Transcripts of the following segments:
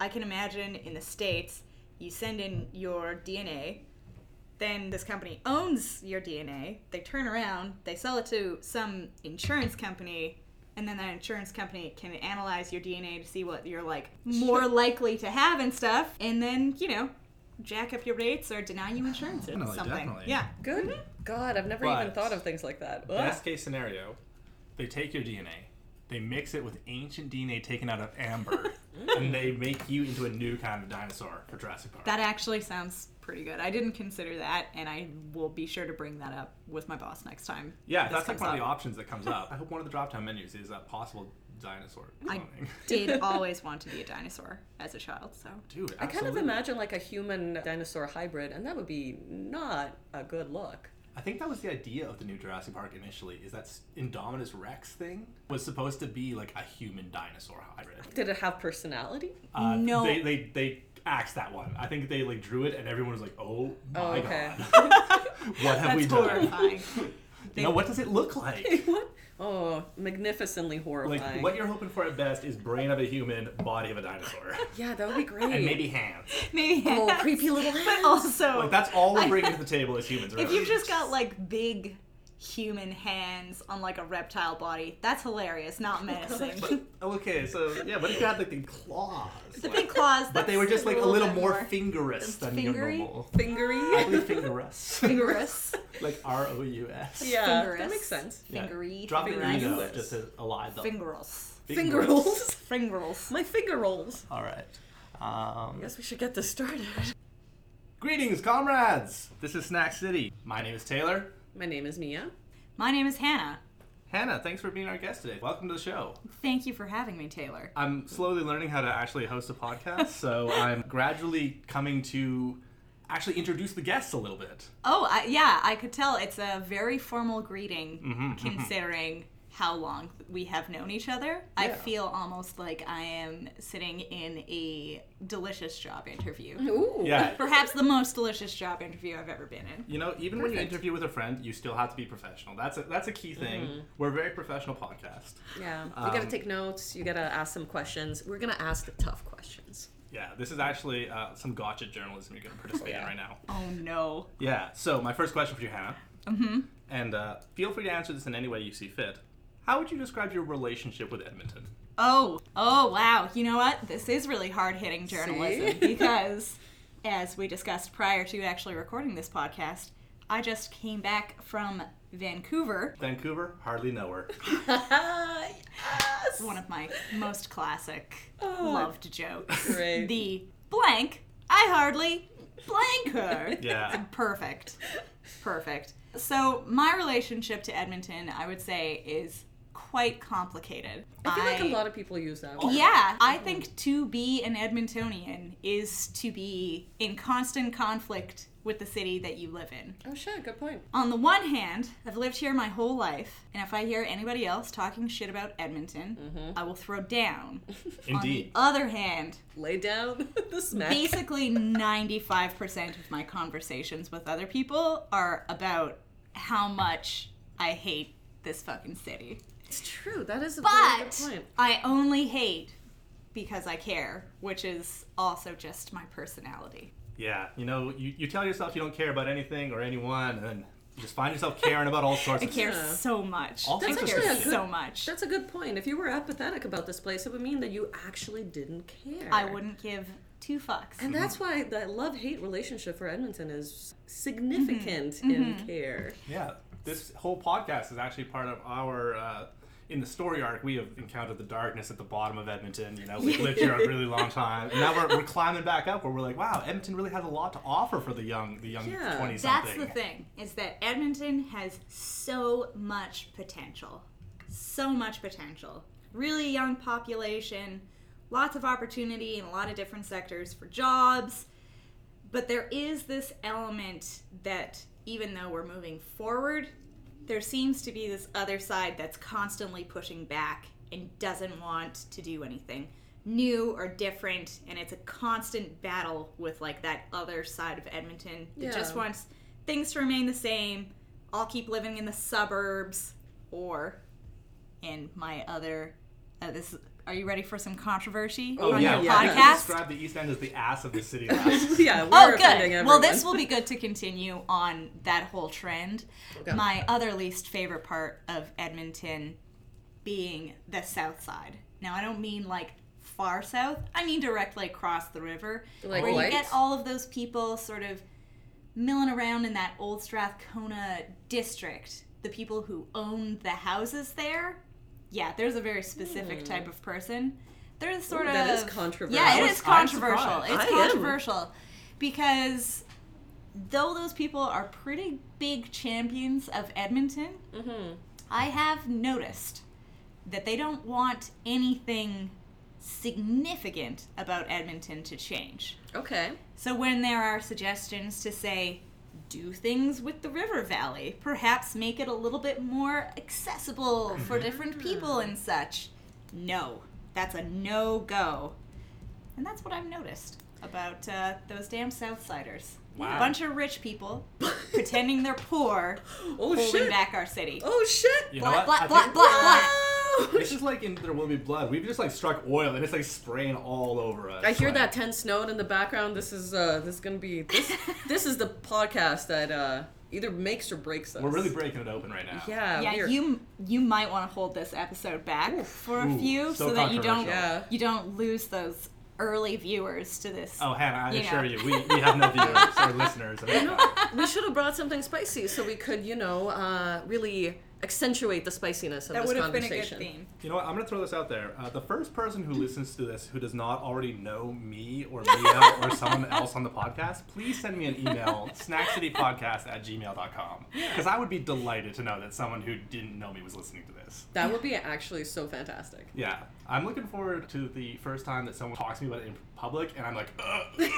I can imagine in the States, you send in your DNA, then this company owns your DNA, they turn around, they sell it to some insurance company, and then that insurance company can analyze your DNA to see what you're like more likely to have and stuff, and then, you know, jack up your rates or deny you insurance or Definitely, something. definitely. Yeah. Good God, I've never even Mm-hmm. But- thought of things like that. Ugh. Best case scenario, they take your DNA, they mix it with ancient DNA taken out of amber, and they make you into a new kind of dinosaur for Jurassic Park. That actually sounds pretty good. I didn't consider that, and I will be sure to bring that up with my boss next time. yeah, this that's like comes one of up. the options that comes up. I hope one of the drop down menus is a possible dinosaur I- cloning. Did always want to be a dinosaur as a child, so Dude, I kind of absolutely. imagine like a human dinosaur hybrid, and that would be not a good look. I think that was the idea of the new Jurassic Park initially. Is that s- Indominus Rex thing was supposed to be like a human dinosaur hybrid. Did it have personality? Uh, No. they they they axed that one. I think they like drew it, and everyone was like, "Oh my Oh, okay. god, what have that's we done? horrifying. You know, what does it look like?" what? Oh, magnificently horrifying. Like what you're hoping for at best is brain of a human, body of a dinosaur, Yeah, that would be great. and maybe hands. Maybe oh, yes. creepy little But hand. also, Like that's all we're bringing to the table as humans. if really. you've just got like big human hands on like a reptile body, that's hilarious, not menacing. okay, so yeah, what if you had like the claws? the Like, big claws, but they were that's just like a little bit more, fingerous than fingery? your normal. I Fingery. believe fingerous. fingerous. like R O U S. Yeah, that Fingerous. makes sense. Yeah. Fingery. Drop the fingerous. E though, Fingerless. just as a lie though. Fingerals. Finger Fingerless. rolls. Fingerals. My finger rolls. All right. Um, Guess we should get this started. Greetings, comrades. This is Snack City. My name is Taylor. My name is Mia. My name is Hannah. Hannah, thanks for being our guest today. Welcome to the show. Thank you for having me, Taylor. I'm slowly learning how to actually host a podcast, so I'm gradually coming to actually introduce the guests a little bit. Oh, I, yeah, I could tell it's a very formal greeting considering how long we have known each other. I Yeah. feel almost like I am sitting in a delicious job interview. Ooh. Mm-hmm. Yeah. Perhaps the most delicious job interview I've ever been in. You know, even when you interview with a friend, you still have to be professional. That's a, that's a key thing. We're a very professional podcast. Yeah. You Um, gotta take notes. You gotta ask some questions. We're gonna ask the tough questions. Yeah, this is actually uh, some gotcha journalism you're going to participate in yeah. right now. Oh no. Yeah. So my first question for you, Hannah. Mm-hmm. And uh, feel free to answer this in any way you see fit. How would you describe your relationship with Edmonton? Oh, oh wow. You know what? This is really hard hitting journalism because, as we discussed prior to actually recording this podcast, I just came back from Vancouver, Vancouver, hardly know her. yes. one of my most classic loved jokes. Ah, Great. The blank, I hardly blank her. Yeah. Perfect. Perfect. So, my relationship to Edmonton, I would say, is quite complicated. I feel like a lot of Mm-hmm. people use that. Word. Yeah, I think to be an Edmontonian is to be in constant conflict with the city that you live in. Oh shit. Good point. On the one hand, I've lived here my whole life, and if I hear anybody else talking shit about Edmonton, Mm-hmm. I will throw down. On the Indeed. other hand, Lay down the smack. basically 95% of my conversations with other people are about how much I hate this fucking city. It's true. That is a very good But point. I only hate because I care, which is also just my personality. Yeah. You know, you, you tell yourself you don't care about anything or anyone, and then you just find yourself caring about all sorts I of care Yeah. so much. All I sorts of care shit. so much. That's a good point. If you were apathetic about this place, it would mean that you actually didn't care. I wouldn't give two fucks. And that's why the love hate relationship for Edmonton is significant Mm-hmm. in care. Yeah, this whole podcast is actually part of our. Uh, in the story arc, we have encountered the darkness at the bottom of Edmonton. You know, we've lived here a really long time, and now we're, we're climbing back up where we're like, wow, Edmonton really has a lot to offer for the young, the young Yeah. twenty That's something. the thing, is that Edmonton has so much potential. So much potential. Really young population, lots of opportunity in a lot of different sectors for jobs. But there is this element that, even though we're moving forward, there seems to be this other side that's constantly pushing back and doesn't want to do anything new or different and it's a constant battle with like that other side of edmonton that just Yeah. wants things to remain the same i'll keep living in the suburbs or in my other Uh, this are you ready for some controversy Oh, on yeah. your yeah. I podcast? described the East End as the ass of the city last yeah, we're Oh, offending good. Everyone. Well, this will be good to continue on that whole trend. My other least favorite part of Edmonton being the south side. Now, I don't mean like far south, I mean directly across the river, Like where white? you get all of those people sort of milling around in that old Strathcona district. The people who own the houses there. Yeah, there's a very specific Hmm. type of person. There's sort of that is controversial. Yeah, it I'm is surprised. controversial. It's I am. controversial because though those people are pretty big champions of Edmonton, Mhm. I have noticed that they don't want anything significant about Edmonton to change. Okay. So when there are suggestions to say, do things with the river valley, perhaps make it a little bit more accessible for different Mm-hmm. people and such. No, that's a no go. And that's what I've noticed about uh, those damn Southsiders. Wow. A bunch of rich people pretending they're poor, Oh holding shit. back our city. Oh shit. You know Black, what? I black, black, think- black, black. Wow. This is like in There Will Be Blood. We've just like struck oil and it's like spraying all over us. I hear Like, that tense note in the background. This is uh this is gonna be this this is the podcast that uh either makes or breaks us. We're really breaking it open right now. yeah, yeah, we're- you you might want to hold this episode back for a Ooh, few so so, that you don't controversial. Yeah. you don't lose those early viewers to this. Oh, Hannah, I You assure know. you, we, we have no viewers or listeners. at all. we should have brought something spicy so we could, you know, uh really accentuate the spiciness of that this would have been a good conversation. theme. You know what? I'm going to throw this out there. Uh, the first person who listens to this who does not already know me or Leah or someone else on the podcast, please send me an email, snackcitypodcast at gmail.com. Because I would be delighted to know that someone who didn't know me was listening to this. That would be actually so fantastic. Yeah. I'm looking forward to the first time that someone talks to me about it in public and I'm like, ugh.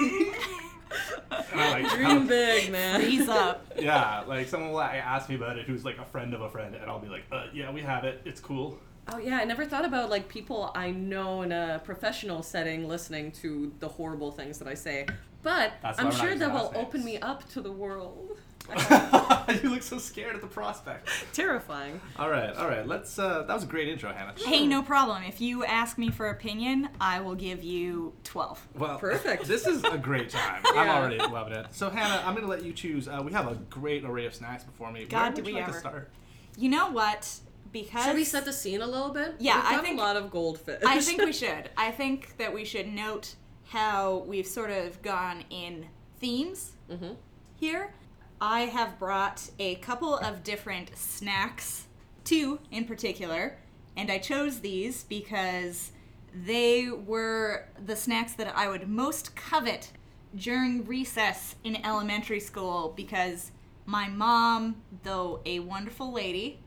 And I'm like, Dream big, man. Freeze up. Yeah, like someone will like, ask me about it who's like a friend of a friend, and I'll be like, uh, yeah, we have it. It's cool. Oh yeah, I never thought about like people I know in a professional setting listening to the horrible things that I say. But That's why I'm we're not sure using that will last names. open me up to the world. you look so scared at the prospect. Terrifying. All right, all right. Let's. Uh, that was a great intro, Hannah. Hey, no problem. If you ask me for opinion, I will give you 12. Well, Perfect. This is a great time. I'm Yeah. already loving it. So, Hannah, I'm gonna let you choose. Uh, we have a great array of snacks before me. Where God, would do you we like to ever. start? You know what? Because Should we set the scene a little bit? Yeah, We've I got think- a lot of goldfish. I think we should. I think that we should note how we've sort of gone in themes Mhm. here. I have brought a couple of different snacks, two in particular, and I chose these because they were the snacks that I would most covet during recess in elementary school because my mom, though a wonderful lady,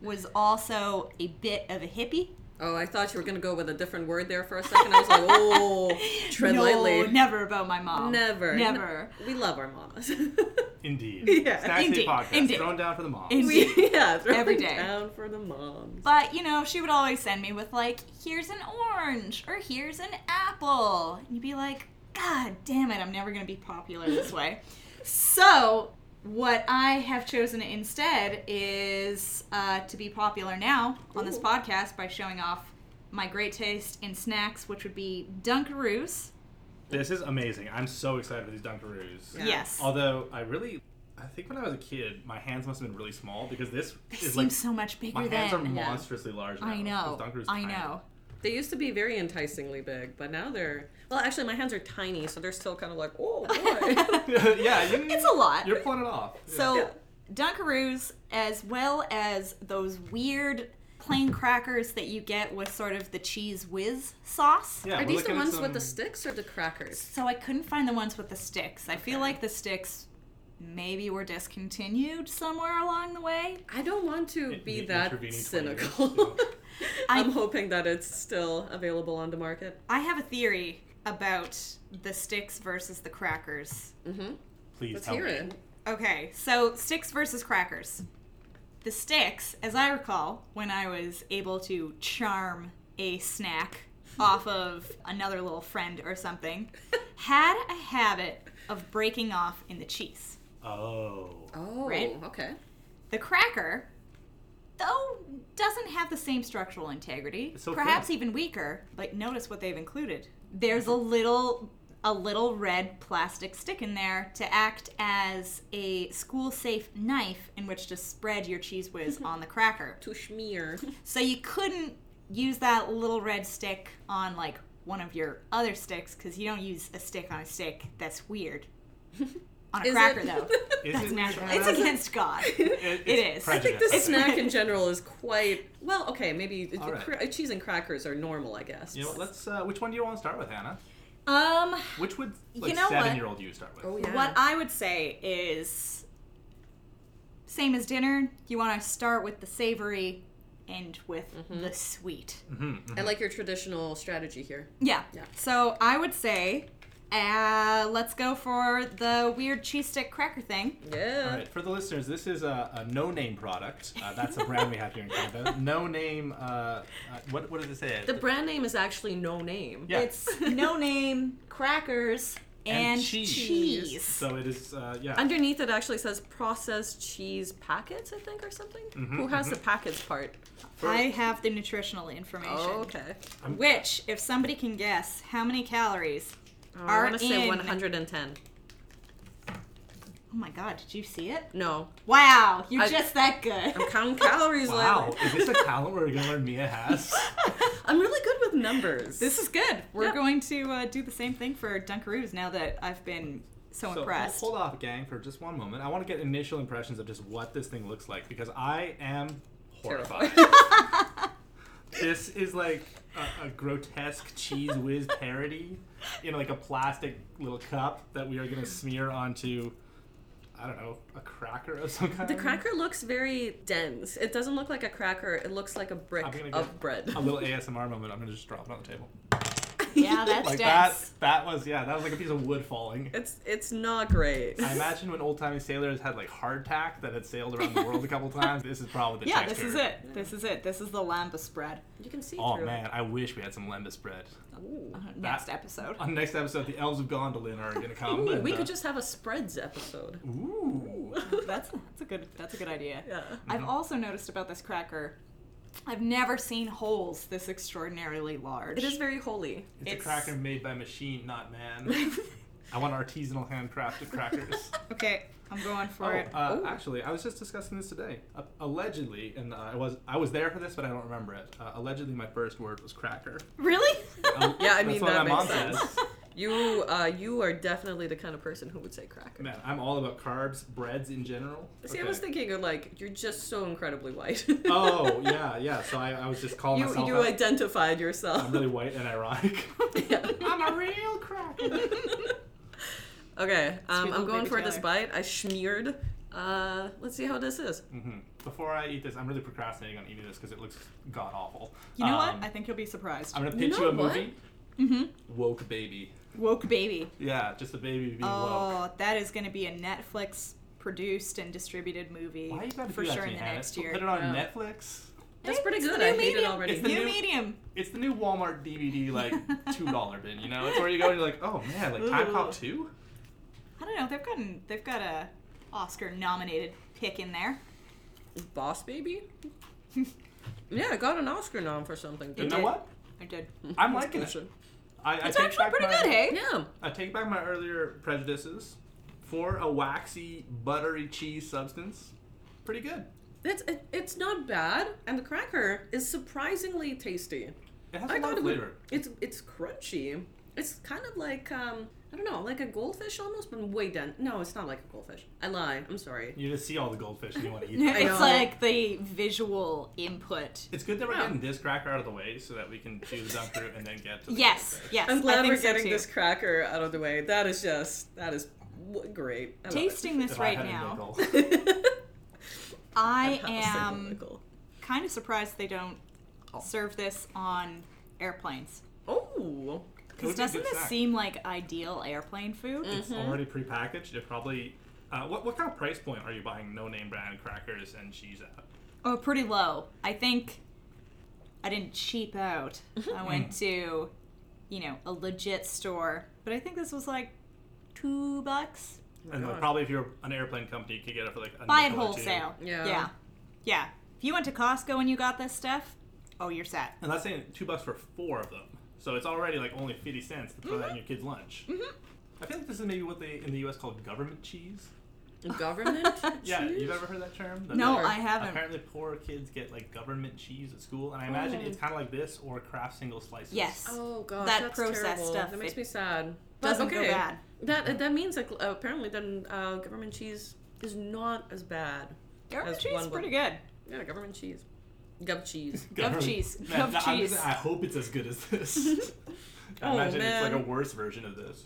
was also a bit of a hippie. oh, I thought you were gonna go with a different word there for a second. I was like, oh, tread no, lightly. never about my mom. Never. Never. We love our mamas. Indeed. Yeah. Snacks Indeed, podcast. indeed. Thrown down for the mom. Indeed. we, yeah, throw Every it day. down for the moms. But, you know, she would always send me with, like, here's an orange or here's an apple. And you'd be like, God damn it, I'm never going to be popular this way. so, what I have chosen instead is uh, to be popular now on this Ooh. podcast by showing off my great taste in snacks, which would be Dunkaroos. This is amazing. I'm so excited for these Dunkaroos. Yeah. Yes. Although I really, I think when I was a kid, my hands must have been really small because this they is seem like so much bigger my than. hands are yeah. monstrously large. Now. I know. This Dunkaroos I tiny. know. They used to be very enticingly big, but now they're well. Actually, my hands are tiny, so they're still kind of like, oh boy. yeah, you, It's a lot. You're pulling it off. Yeah. So Yeah. Dunkaroos, as well as those weird plain crackers that you get with sort of the cheese whiz sauce. yeah, Are we're these the looking at ones with the some- sticks or the crackers? So I couldn't find the ones with the sticks. I feel like the sticks maybe were discontinued somewhere along the way. I don't want to In- be in- that intervening 20 years, cynical. I- I'm hoping that it's still available on the market. I have a theory about the sticks versus the crackers. Mm-hmm. Please Let's tell hear me. it. Okay, so sticks versus crackers. The sticks, as I recall, when I was able to charm a snack off of another little friend or something, had a habit of breaking off in the cheese. Oh. Oh, Right? okay. The cracker, though doesn't have the same structural integrity, It's so perhaps cool. even weaker, but notice what they've included. There's a little a little red plastic stick in there to act as a school safe knife in which to spread your cheese whiz Mm-hmm. on the cracker. To schmear. So you couldn't use that little red stick on like one of your other sticks because you don't use a stick on a stick. That's weird. On a Is cracker it? though, Is that's it- natural. uh, It's against God. it- It it's is. I think prejudice, the It's- snack in general is quite well. Okay, maybe All right. cra- cheese and crackers are normal, I guess. You know, what, let's. Uh, which one do you want to start with, Hannah? Um, Which would like know what? seven-year-old you start with? Oh, yeah. what I would say is same as dinner. You want to start with the savory, end with Mm-hmm. the sweet. Mhm, mhm. I like your traditional strategy here. Yeah. Yeah. So I would say, uh, let's go for the weird cheese stick cracker thing. Yeah. All right, for the listeners, this is a, a no-name product. Uh, that's a brand we have here in Canada. No-name. Uh, uh, what what does it say? The brand name is actually no name. yeah. It's no name crackers and, And cheese. cheese. so it is. Uh, yeah. Underneath it actually says processed cheese packets, I think, or something. Mm-hmm, Who has the packets part? I have the nutritional information. okay. Which, if somebody can guess how many calories. Oh, Are I want to say in. 110. Oh my god, did you see it? No, Wow, you're I- just that good. I'm counting calories. wow. Lila. is this a talent we're gonna learn Mia has? I'm really good with numbers. This is good. We're Yep. going to uh, do the same thing for Dunkaroos now that I've been so, So impressed. hold off, gang, for just one moment. I want to get initial impressions of just what this thing looks like because I am horrified. this is like a, a grotesque cheese whiz parody in like a plastic little cup that we are gonna smear onto, I don't know, a cracker of some kind. the cracker looks very dense. It doesn't look like a cracker. It looks like a brick I'm gonna go- of bread. A little ASMR moment. I'm gonna just drop it on the table. yeah, that's Like dense. that. That was yeah. That was like a piece of wood falling. It's it's not great. I imagine when old timey sailors had like hardtack that had sailed around the world a couple times. This is probably the Yeah, texture. this is it. This is it. This is the Lamba spread. You can see Oh through man, I wish we had some lembas bread. it. Ooh. Uh, Next episode. On the next episode, the elves of Gondolin are gonna come. Ooh, and, we uh, could just have a spreads episode. Ooh. that's that's a good that's a good idea. Yeah. Mm-hmm. I've also noticed about this cracker, I've never seen holes this extraordinarily large. It is very holy. It's, It's- a cracker made by machine, not man. I want artisanal handcrafted crackers. okay. I'm going oh, for it. uh, Ooh. actually, I was just discussing this today. Uh, allegedly, and uh, I was I was there for this, but I don't remember it. Uh, allegedly, my first word was cracker. Really? Um, Yeah, I that's mean, what that my mom makes sense. says. You uh, you are definitely the kind of person who would say cracker. Man, I'm all about carbs, breads in general. See, I Okay. was thinking of like you're just so incredibly white. Oh yeah, yeah. So I, I was just calling you myself. you out. identified yourself. I'm really white and ironic. Yeah. I'm a real cracker. okay, um, little I'm going baby for this Tyler. bite. I schmeared. Uh, let's see how this is. hmm Before I eat this, I'm really procrastinating on eating this because it looks god awful. You know Um, what? I think you'll be surprised. I'm gonna You pitch you, know a what? movie. mm-hmm. Woke baby. Woke baby. Yeah, just a baby being woke. Oh, that is going to be a Netflix produced and distributed movie Why you gotta for do that sure to in me, the Hannah? next Put- year. Put it on Yeah. Netflix. That's Hey, pretty it's the good. new I hate it medium. already. It's the New, new- medium. It's the new Walmart DVD, like two dollar bin. You know, it's where you go and you're like, oh man, like Time Ooh. Cop Two. I don't know. They've gotten they've got a Oscar nominated pick in there. Boss Baby. yeah, I got an Oscar nom for something. You It know did. what? I did. I'm liking it. Bullshit. I, I It's take actually back pretty my- good, hey? Yeah. I take back my earlier prejudices. For a waxy, buttery cheese substance, pretty good. It's it, it's not bad, and the cracker is surprisingly tasty. It has a I lot thought of it would- flavor. It's it's crunchy. It's kind of like um I don't know, like a goldfish almost, but way dense. No, it's not like a goldfish. I lied. I'm sorry. You just see all the goldfish and you want to eat them. I It's know. like the visual input. It's good that we're Yeah. getting this cracker out of the way so that we can chew the dump fruit and then get to the Yes, goldfish. yes. I'm I glad think we're so getting too. this cracker out of the way. That is just that is w- great. I love it. Tasting this If I right had a now, nickel. I Not a single am nickel. kind of surprised they don't serve this on airplanes. Oh, would be Because a doesn't good this snack. seem like ideal airplane food? It's already prepackaged. It probably. Uh, what, what kind of price point are you buying no name brand crackers and cheese at? Oh, pretty low. I think I didn't cheap out. Mm-hmm. I Mm. went to, you know, a legit store, but I think this was like two bucks. and God. probably if you're an airplane company, you could get it for like a Buy it nickel or two. wholesale. Yeah. Yeah. Yeah. If you went to Costco and you got this stuff, oh, you're set. And that's saying two bucks for four of them. So it's already like only 50 cents to throw Mm-hmm. that in your kid's lunch. Mm-hmm. I feel like this is maybe what they in the US called government cheese. Government? Yeah, cheese? you've ever heard that term? That No, like- I haven't. Apparently, poor kids get like government cheese at school, and I imagine Oh. it's kind of like this or Kraft single slices. Yes. Oh gosh, That that's processed terrible. stuff, That makes it me sad. doesn't go bad. That uh, that means like uh, apparently then uh, government cheese is not as bad. Government That's cheese is one pretty good. Yeah, government cheese, gov cheese. Gov cheese. Man, Gov no, I'm cheese. just- I hope it's as good as this. I Oh, imagine it's man. like a worse version of this.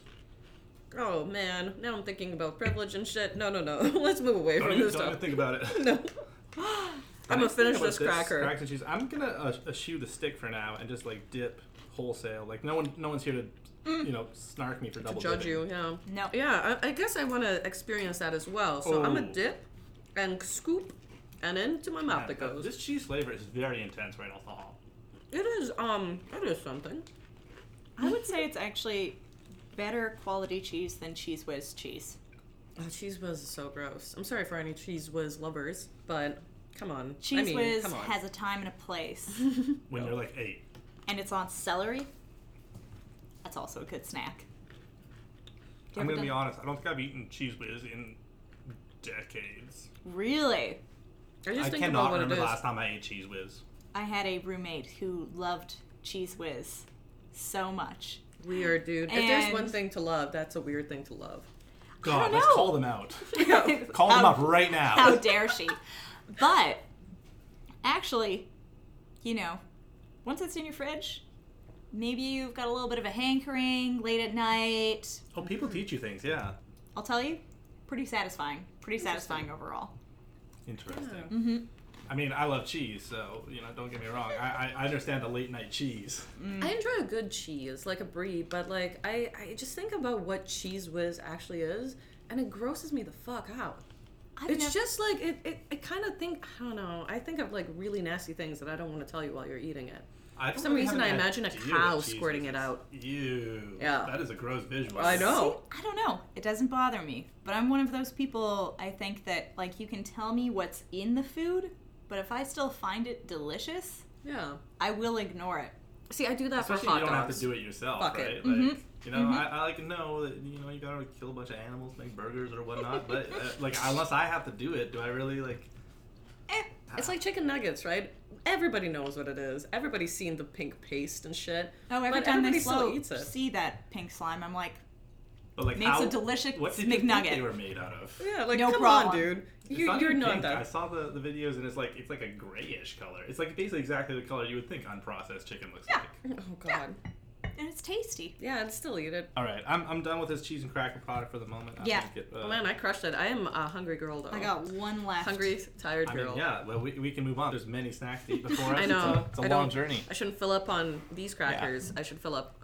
Oh man, now I'm thinking about privilege and shit. No, no, no. Let's move away Don't, from even, this don't even stuff. think about it. No. I'm gonna Think finish about this cracker. Cracks and cheese. I'm gonna uh, eschew the stick for now and just like dip wholesale. Like no one, no one's here to, you know, snark me for Mm. To double judge dipping. you, yeah. No. Yeah, I, I guess I want to experience that as well. So I'm a Oh. dip and scoop and into my mouth Man, it goes. This cheese flavor is very intense, right? Alcohol. It is um, it is something. I would say it's actually better quality cheese than Cheese Whiz cheese. Oh, cheese whiz is so gross. I'm sorry for any cheese whiz lovers, but come on. Cheese I mean, Whiz come on. has a time and a place, When you're like eight. and it's on celery. That's also a good snack. You I'm ever gonna be done- honest. I don't think I've eaten cheese whiz in decades. Really? I just I think about cannot what it remember is. the last time I ate cheese whiz. I had a roommate who loved Cheese Whiz so much. Weird, dude. If there's one And- thing to love, that's a weird thing to love. God, don't let's know. call them out. Yeah. Call them How- up right now. How dare she? But actually, you know, once it's in your fridge, maybe you've got a little bit of a hankering late at night. oh, people teach you things. Yeah. I'll tell you, pretty satisfying. Pretty satisfying overall. Interesting. Mm-hmm. I mean, I love cheese, so you know, don't get me wrong. I, I, I understand the late night cheese. I enjoy a good cheese, like a brie, but like I, I just think about what cheese whiz actually is, and it grosses me the fuck out. I've It's nev- just like it, it, I kind of think I don't know. I think of like really nasty things that I don't want to tell you while you're eating it. I don't some really reason, have an I imagine a idea cow what cheese squirting is. it out. Ew. Yeah. That is a gross visual. I know. See, I don't know. It doesn't bother me. But I'm one of those people, I think, that, like, you can tell me what's in the food, but if I still find it delicious, Yeah. I will ignore it. See, I do that Especially for if hot you don't dogs. have to do it yourself, Fuck right? it. Mm-hmm. Like, you know, I, I like to know that you know you gotta kill a bunch of animals, make burgers or whatnot. but uh, like, unless I have to do it, do I really like? Eh, It's like chicken nuggets, right? Everybody knows what it is. Everybody's seen the pink paste and shit. Oh, every But time they everybody still slow eats it. see that pink slime, I'm like, But like, makes how, a delicious what did you think they McNugget. were made out of? Yeah, like No come on, problem. dude. It's You, you're even not pink. I that. saw the, the videos and it's like it's like a grayish color. It's like basically exactly the color you would think unprocessed chicken looks Yeah. like. Oh god. And it's tasty. Yeah, I'd still eat it. All right, I'm, I'm done with this cheese and cracker product for the moment. I Yeah. think it, uh, Oh man, I crushed it. I am a hungry girl though. I got one left. Oh. hungry, tired I mean, girl. yeah. Well, we, we can move on. There's many snacks to eat before us. I know. It's a, it's a I long don't- journey. I shouldn't fill up on these crackers. I should fill up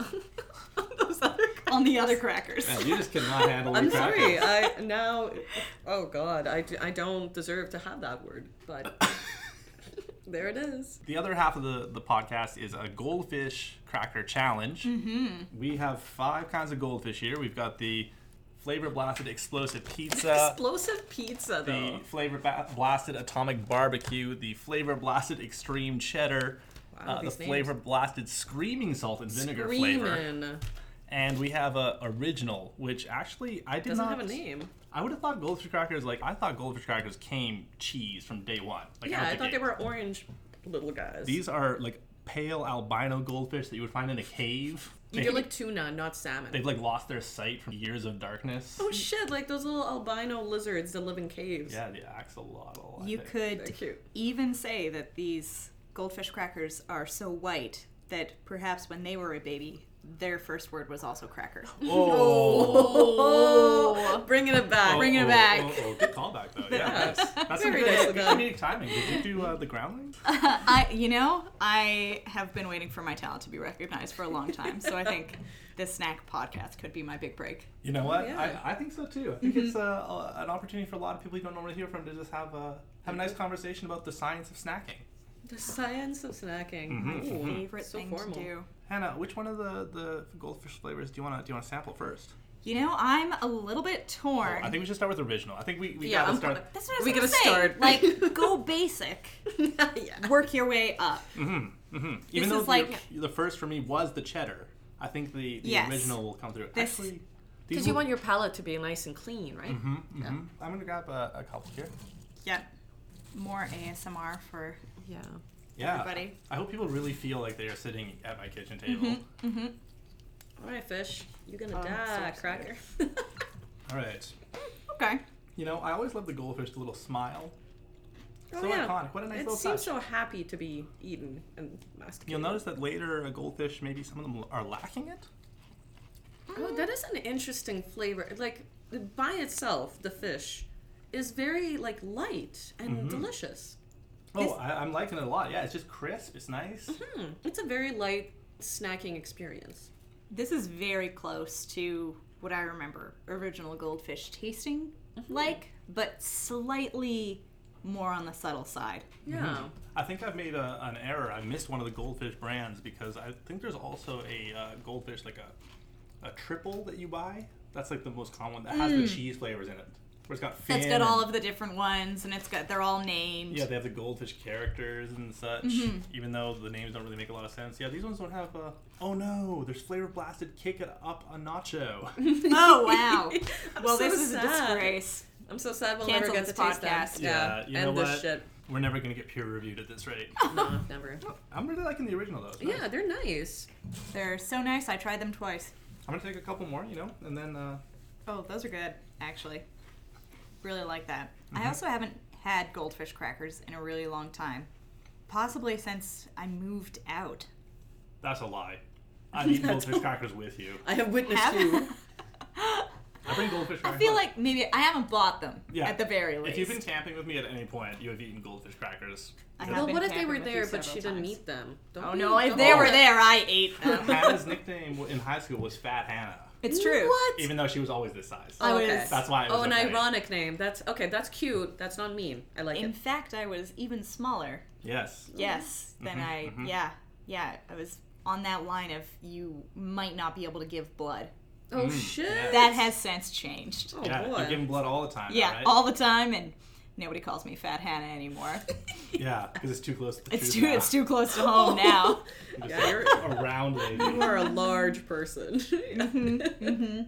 on those other. Crackers. On the other crackers. Oh, Man, you just cannot handle. I'm your crackers. sorry. I now. Oh God, I, d- I don't deserve to have that word, but there it is. The other half of the, the podcast is a goldfish cracker challenge. Mm-hmm. We have five kinds of goldfish here. We've got the flavor blasted explosive pizza, Explosive pizza uh, the though. flavor ba- blasted atomic barbecue, the flavor blasted extreme cheddar, Wow, uh, the these names. flavor blasted screaming salt and vinegar flavor, Screamin' and we have a original, which actually I did doesn't not have a name. I would have thought goldfish crackers like I thought goldfish crackers came cheese from day one. Like, out Yeah, of I the thought gate. they were orange little guys. These are like pale albino goldfish that you would find in a cave. They're like tuna, not salmon. they've like lost their sight from years of darkness. Oh shit! Like those little albino lizards that live in caves. Yeah, the axolotl. I You think. They're could cute. even say that these goldfish crackers are so white that perhaps when they were a baby, their first word was also cracker. Oh, bringing it back. Bringing it back. Oh, oh, good callback though. Yeah, Yes. that's, that's some Very good, nice good of them. comedic timing. Did you do uh, the groundlings? I, you know, I have been waiting for my talent to be recognized for a long time, so I think this snack podcast could be my big break. You know what? yeah. Mm-hmm. I, I think so too. I think it's uh, a, an opportunity for a lot of people you don't normally hear from to just have a have a nice conversation about the science of snacking. The science of snacking. Mm-hmm, Ooh, Favorite Hmm. so thing formal. to do. Hannah, which one of the, the goldfish flavors do you want to do you want to sample first? You know, I'm a little bit torn. I think we should start with original. I think we, we Yeah, gotta I'm start. kinda- That's what I was Oh, we gonna gotta say. start. Like, go basic, mm-hmm. yeah. work your way up. Even This though is like- the, the first for me was the cheddar, I think the, the Yes. original will come through. This- Actually, Because you want your palate to be nice and clean, right? hmm I'm gonna grab a, a couple here. Yep. More ASMR for Mm-hmm. Yeah. Uh. Yeah. Everybody. I hope people really feel like they are sitting at my kitchen table. Mm-hmm. Mm-hmm. All right, fish. You're gonna Oh, I'm so die, excited. cracker. All right. okay. You know, I always love the goldfish little smile. Oh, so yeah. iconic. What a nice it little seems touch. so happy to be eaten and masticated. You'll notice that later, a goldfish maybe some of them are lacking it. Oh, that is an interesting flavor. Like by itself, the fish is very like light and Mm-hmm. delicious. Oh, I, I'm liking it a lot. Yeah, it's just crisp. It's nice. Hmm. It's a very light snacking experience. This is very close to what I remember original goldfish tasting Mm-hmm. like, but slightly more on the subtle side. Yeah. I think I've made a, an error. I missed one of the goldfish brands because I think there's also a uh, goldfish like a a triple that you buy. That's like the most common one that has the cheese flavors in it. Where it's got fin. Mm. That's got all and- of the different ones, and it's got they're all named. yeah, they have the goldfish characters and such, Mm-hmm. even though the names don't really make a lot of sense. Yeah, these ones don't have. Uh, oh no, there's flavor blasted. Kick it up a nacho. Oh wow. I'm well, so this is a sad. disgrace. I'm so sad we'll Cancel never get this to taste podcast. that. Yeah, you know End this what? shit. We're never gonna get peer reviewed at this rate. No, never. Oh. I'm really liking the original though. It's nice. Yeah, they're nice. They're so nice. I tried them twice. I'm gonna take a couple more, you know, and then uh, Oh, those are good, actually. Really like that. I also haven't had goldfish crackers in a really long time. Possibly since I moved out. that's a lie. I've eaten That's goldfish a- crackers with you. I have witnessed Have- you. I bring goldfish I crackers. feel home. like maybe I haven't bought them Yeah. at the very least. If you've been tamping with me at any point, you have eaten goldfish crackers. I Because have Well, been what if they camping were with you there but several she didn't times. eat them? Don't Oh be- no, if don't they be were like- there, I ate them. Hannah's nickname in high school was Fat Hannah, it's true. What? even though she was always this size. I Oh, was- okay. That's why it was Oh, an okay. ironic name. That's okay. That's cute. That's not mean. I like In it. fact, I was even smaller. Yes. Yes, than Mm-hmm, I. Yeah, yeah. I was on that line of you might not be able to give blood. Oh shit. Mm, yeah. That has since changed. Oh yeah, boy. you're giving blood all the time. Yeah, right? all the time, and nobody calls me Fat Hannah anymore. yeah, because it's too close to the It's truth too now. it's too close to home now. You're just Yeah, you're- a round lady. You are a large person. Mm-hmm.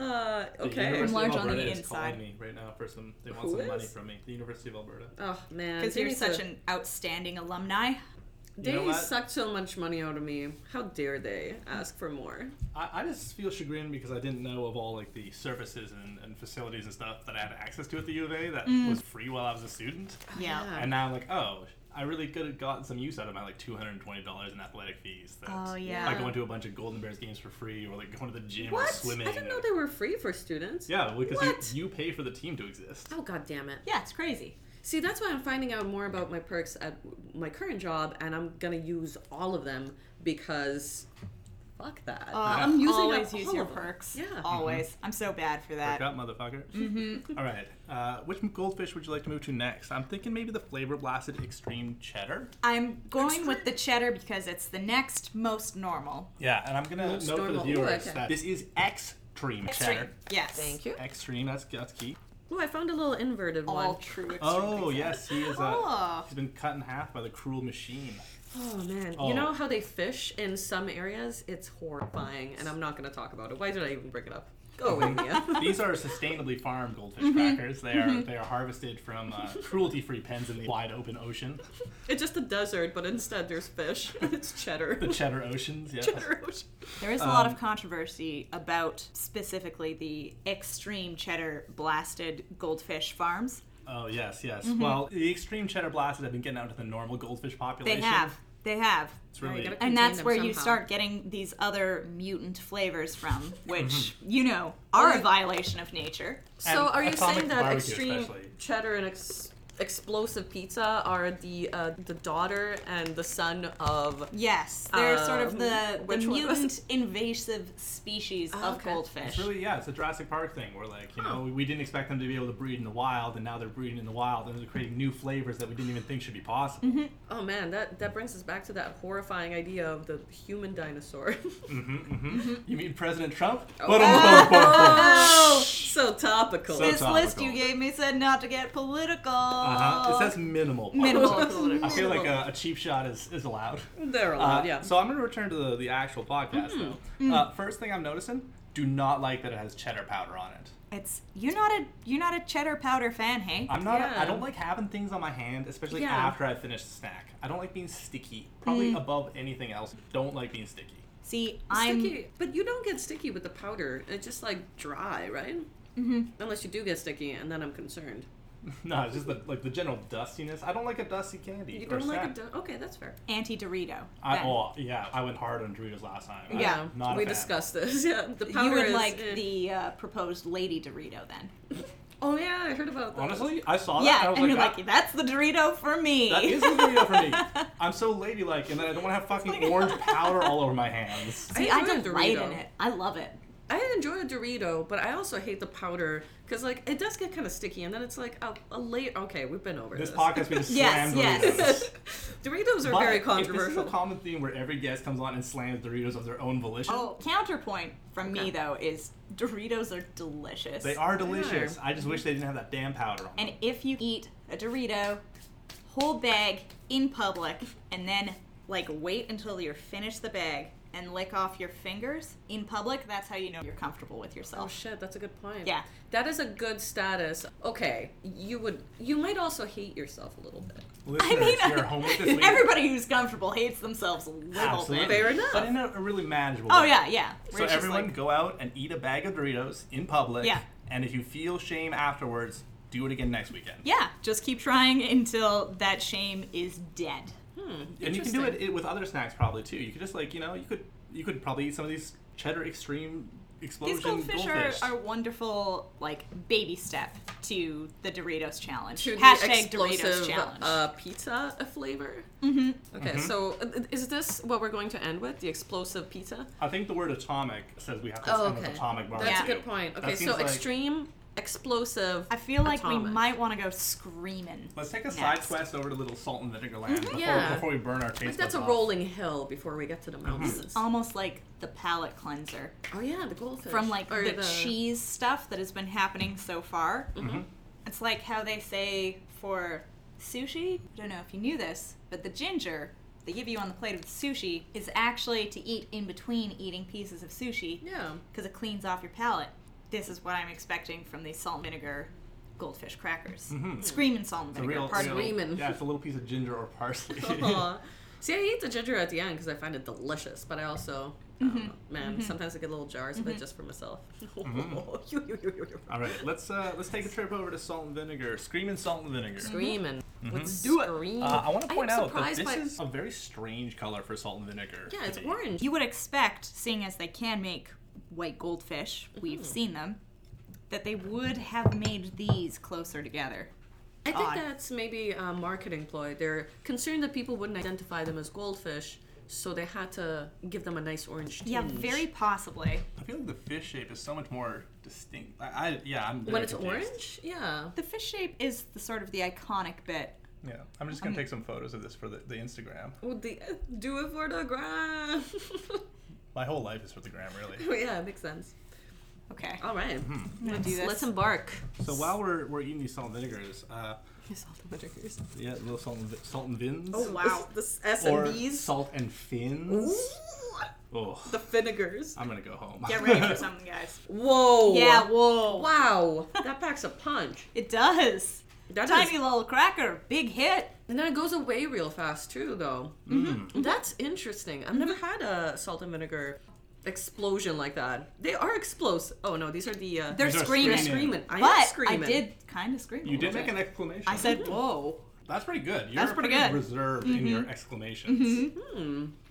Uh, The okay. University large of on the Alberta is inside. calling me right now for some. They want Who some money is? from me. The University of Alberta. Oh man, Because they you're need such to- an outstanding alumni. You know They what? sucked so much money out of me. How dare they ask for more? I, I just feel chagrined because I didn't know of all like the services and, and facilities and stuff that I had access to at the U of A that Mm. was free while I was a student. Yeah. And now I'm like, oh, I really could have gotten some use out of my like two hundred and twenty dollars in athletic fees. That, Oh, yeah. Like going to a bunch of Golden Bears games for free, or like going to the gym What? or swimming. I didn't know or- they were free for students. yeah, because What? you, you pay for the team to exist. Oh god damn it. Yeah, it's crazy. See, that's why I'm finding out more about my perks at my current job, and I'm gonna use all of them because fuck that. Uh, I'm using always up use all your of them. perks. Yeah. Always. Mm-hmm. I'm so bad for Work that. up, motherfucker. Mm-hmm. All right. Uh, which goldfish would you like to move to next? I'm thinking maybe the flavor blasted extreme cheddar. I'm going with the cheddar because it's the next most normal. Yeah, and I'm gonna Most note for the normal. Ooh, viewers okay. that this is extreme cheddar. Yes. Thank you. Extreme. That's that's key. Oh, I found a little inverted All one. true extreme. Oh yes, he is. Uh, Oh. He's been cut in half by the cruel machine. Oh man, Oh. you know how they fish in some areas? It's horrifying, and I'm not gonna talk about it. Why did I even bring it up? Go away, Mia. These are sustainably farmed goldfish Mm-hmm. crackers. They are they are harvested from uh, cruelty-free pens in the wide open ocean, It's just a desert, but instead there's fish. It's cheddar. the Cheddar Oceans. Yeah. cheddar ocean. There is a lot um, of controversy about specifically the extreme cheddar blasted goldfish farms. Oh yes, yes. Well, the extreme cheddar blasted have been getting out to the normal goldfish Mm-hmm. They population. have. They have. It's really. gotta- And Contain that's them where you somehow. start getting these other mutant flavors from, which, Mm-hmm. you know, are a Right. violation of nature. So And are you atomic saying that barbecue extreme especially. cheddar and ex- explosive pizza are the uh, the daughter and the son of Yes, they're sort Um, of the, the which one was mutant invasive species Oh, of okay. goldfish. It's really yeah, it's a Jurassic Park thing where like you know we, we didn't expect them to be able to breed in the wild, and now they're breeding in the wild, and they're creating new flavors that we didn't even think should be possible. Mm-hmm. oh man that that brings us back to that horrifying idea of the human dinosaur You mean President Trump? oh so topical So- this list topical. you gave me said not to get political. uh-huh. It says minimal. part. minimal. I feel like a, a cheap shot is, is allowed. they're Uh, allowed yeah Hmm. So I'm going to return to the, the actual podcast, though. Uh, first thing I'm noticing, do not like that it has cheddar powder on it. It's you're not a you're not a cheddar powder fan, hey? I'm not. Yeah. I don't like having things on my hand, especially Yeah. Mm. after I finish a snack. I don't like being sticky. Probably above anything else, don't like being sticky. See, I'm sticky, but you don't get sticky with the powder. It's just like dry, right? Mm-hmm. Unless you do get sticky, and then I'm concerned. no, it's just the, like the general dustiness. I don't like a dusty candy. You or don't like snack. it? do- Okay, that's fair. anti Dorito. I, oh yeah, I went hard on Doritos last time. I- Yeah. not a we fan. discussed this. Yeah, the powder you would is, like eh. the uh, proposed Lady Dorito then. Oh yeah, I heard about that. Honestly, I saw that. yeah, and I was and you're like, like, that's the Dorito for me. that is the video for me. I'm so ladylike, and then I don't want to have fucking orange powder all over my hands. See, I, enjoy a delight in Dorito. it. I love it. I enjoy a Dorito, but I also hate the powder because like it does get kind of sticky, and then it's like a, a late. Okay, we've been over This this. podcast we just Yes, slammed yes. Doritos. Doritos are But very if this is a controversial. common theme where every guest comes on and slams Doritos of their own volition. Oh, counterpoint from me Okay. though is Doritos are delicious. They are delicious. I just wish they didn't have that damn powder on them. And if you eat a Dorito, whole bag in public, and then like wait until you're finished the bag and lick off your fingers in public, that's how you know you're comfortable with Oh yourself. shit, that's a good point. Yeah. That is a good status. Okay, you would you might also hate yourself a little bit. Listeners, you're home with this week. everybody who's comfortable hates themselves a little Absolutely. bit. Fair enough. But in a, a really manageable Oh way. yeah, yeah. We're So just everyone like- go out and eat a bag of Doritos in public. Yeah. And if you feel shame afterwards, do it again next weekend. yeah, just keep trying until that shame is dead. and you can do it, Interesting. it with other snacks probably too. You could just like, you know, you could you could probably eat some of these cheddar extreme explosion These goldfish, goldfish. Are, are wonderful, like baby step to the Doritos challenge. to the Hashtag Doritos explosive challenge. uh, pizza flavor. Mm-hmm. Okay, so uh, is this what we're going to end with? The explosive pizza? I think the word atomic says we have to Oh, spend okay. with atomic barbecue. That's a Yeah. good point. That Okay, so seems like- extreme, explosive. I feel like we atomic. might want to go screaming. Let's take a side Next. quest over to little salt and vinegar land before, Mm-hmm. Yeah. before we burn our taste. That's a buds off. rolling hill before we get to the Mm-hmm. mountains. Almost like the palate cleanser Oh yeah, the goldfish from like Or the, cheese stuff that has been happening so far. Mm-hmm. It's like how they say for sushi. I don't know if you knew this, but the ginger they give you on the plate of sushi is actually to eat in between eating pieces of sushi Yeah. because it cleans off your palate. This is what I'm expecting from these salt and vinegar goldfish crackers. Screaming salt and Mm-hmm. It's a vinegar. real, pardon real- me. Screamin'. Yeah, it's a little piece of ginger or parsley. Aw. See, I eat the ginger at the end because I find it delicious, but I also, I Mm-hmm. don't know, man, sometimes I get little jars of it just for myself. Yo, yo, yo, yo, yo. Mm-hmm. All right, let's uh, let's take a trip over to salt and vinegar. Screaming salt and vinegar. Screaming. Let's Do it. scream. Mm-hmm. Uh, I want to am point out that surprised this by- is a very strange color for salt and vinegar. Yeah, it's to me. orange. You would expect, seeing as they can make white goldfish, we've seen them, that they would have made these closer together. I think odd. that's maybe a marketing ploy. They're concerned that people wouldn't identify them as goldfish, so they had to give them a nice orange tinge. Yeah, very possibly. I feel like the fish shape is so much more distinct. I, I yeah, I'm When very it's confused. orange, yeah. The fish shape is the sort of the iconic bit. Yeah, I'm just gonna take some photos of this for the, the Instagram. Oh, the, do it for the gram. My whole life is for the gram, really. yeah, it makes sense. Okay. All right. Mm-hmm. I'm gonna do this. Let's embark. So while we're, we're eating these salt and vinegars, uh, yeah, little salt and, vi- salt and vins. wow. This Oh, S or and B's. salt and fins. Oh, The finagers. I'm gonna go home. Get ready for something, guys. Whoa. Yeah, whoa. Wow. That packs a punch. It does. That is- Tiny little cracker, big hit. And then it goes away real fast too, though. Mm-hmm. Mm. That's interesting. I've never had a salt and vinegar explosion like that. They are explosive. Oh no, these are the uh, They're These are screaming. screaming. screaming. I But am screaming. Mm-hmm. I did kind of scream. a You did little make bit. an exclamation. I said, whoa. that's pretty good. You're That's pretty good. Mm-hmm. reserved in your exclamations.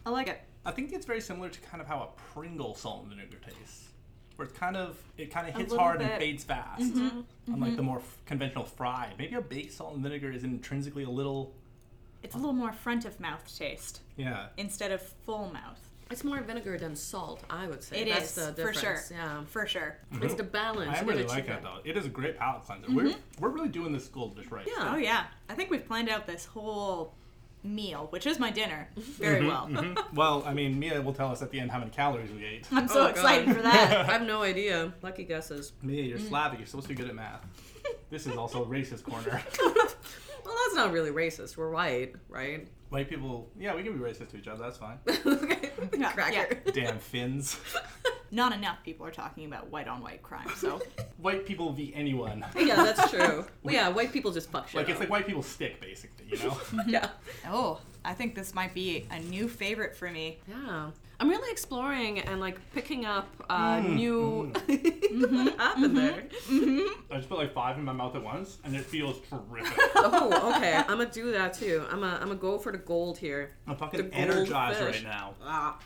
I like it. I think it's very similar to kind of how a Pringle salt and vinegar tastes. where it's kind of it kind of A hits little hard bit. Mm-hmm. and fades fast, unlike the more f- conventional fried. Maybe a baked salt and vinegar is intrinsically a little It's a little more front of mouth taste yeah. instead of full mouth. It's more vinegar than salt, I would say. It That's is, the for difference. sure. Mm-hmm. Yeah. For sure. It's the balance. I of really it, like you that know. though. It is a great palate cleanser. We're we're really doing this goldfish right. Oh Yeah. yeah. I think we've planned out this whole meal, which is my dinner, Mm-hmm. Mm-hmm. very well. Well, I mean, Mia will tell us at the end how many calories we ate. I'm so Oh, God. excited for that. I have no idea. Lucky guesses. Mia, you're Slavic. You're supposed to be good at math. This is also a racist corner. Well, that's not really racist. We're white, right? White people, yeah, we can be racist to each other. That's fine. okay. Yeah, Cracker. Damn Finns. Not enough people are talking about white on white crime, so White people v anyone. Yeah. that's true. Well, yeah, white people just fuck shit. Like it's up. like white people stick basically. You know. yeah. Oh, I think this might be a new favorite for me. Yeah. I'm really exploring and like picking up uh, Mm, mm-hmm. new. what happened there? I just put like five in my mouth at once, and it feels terrific. Oh, okay. I'm gonna do that too. I'm gonna I'm gonna go for the gold here. I'm The fucking gold energized fish. right now. Ah.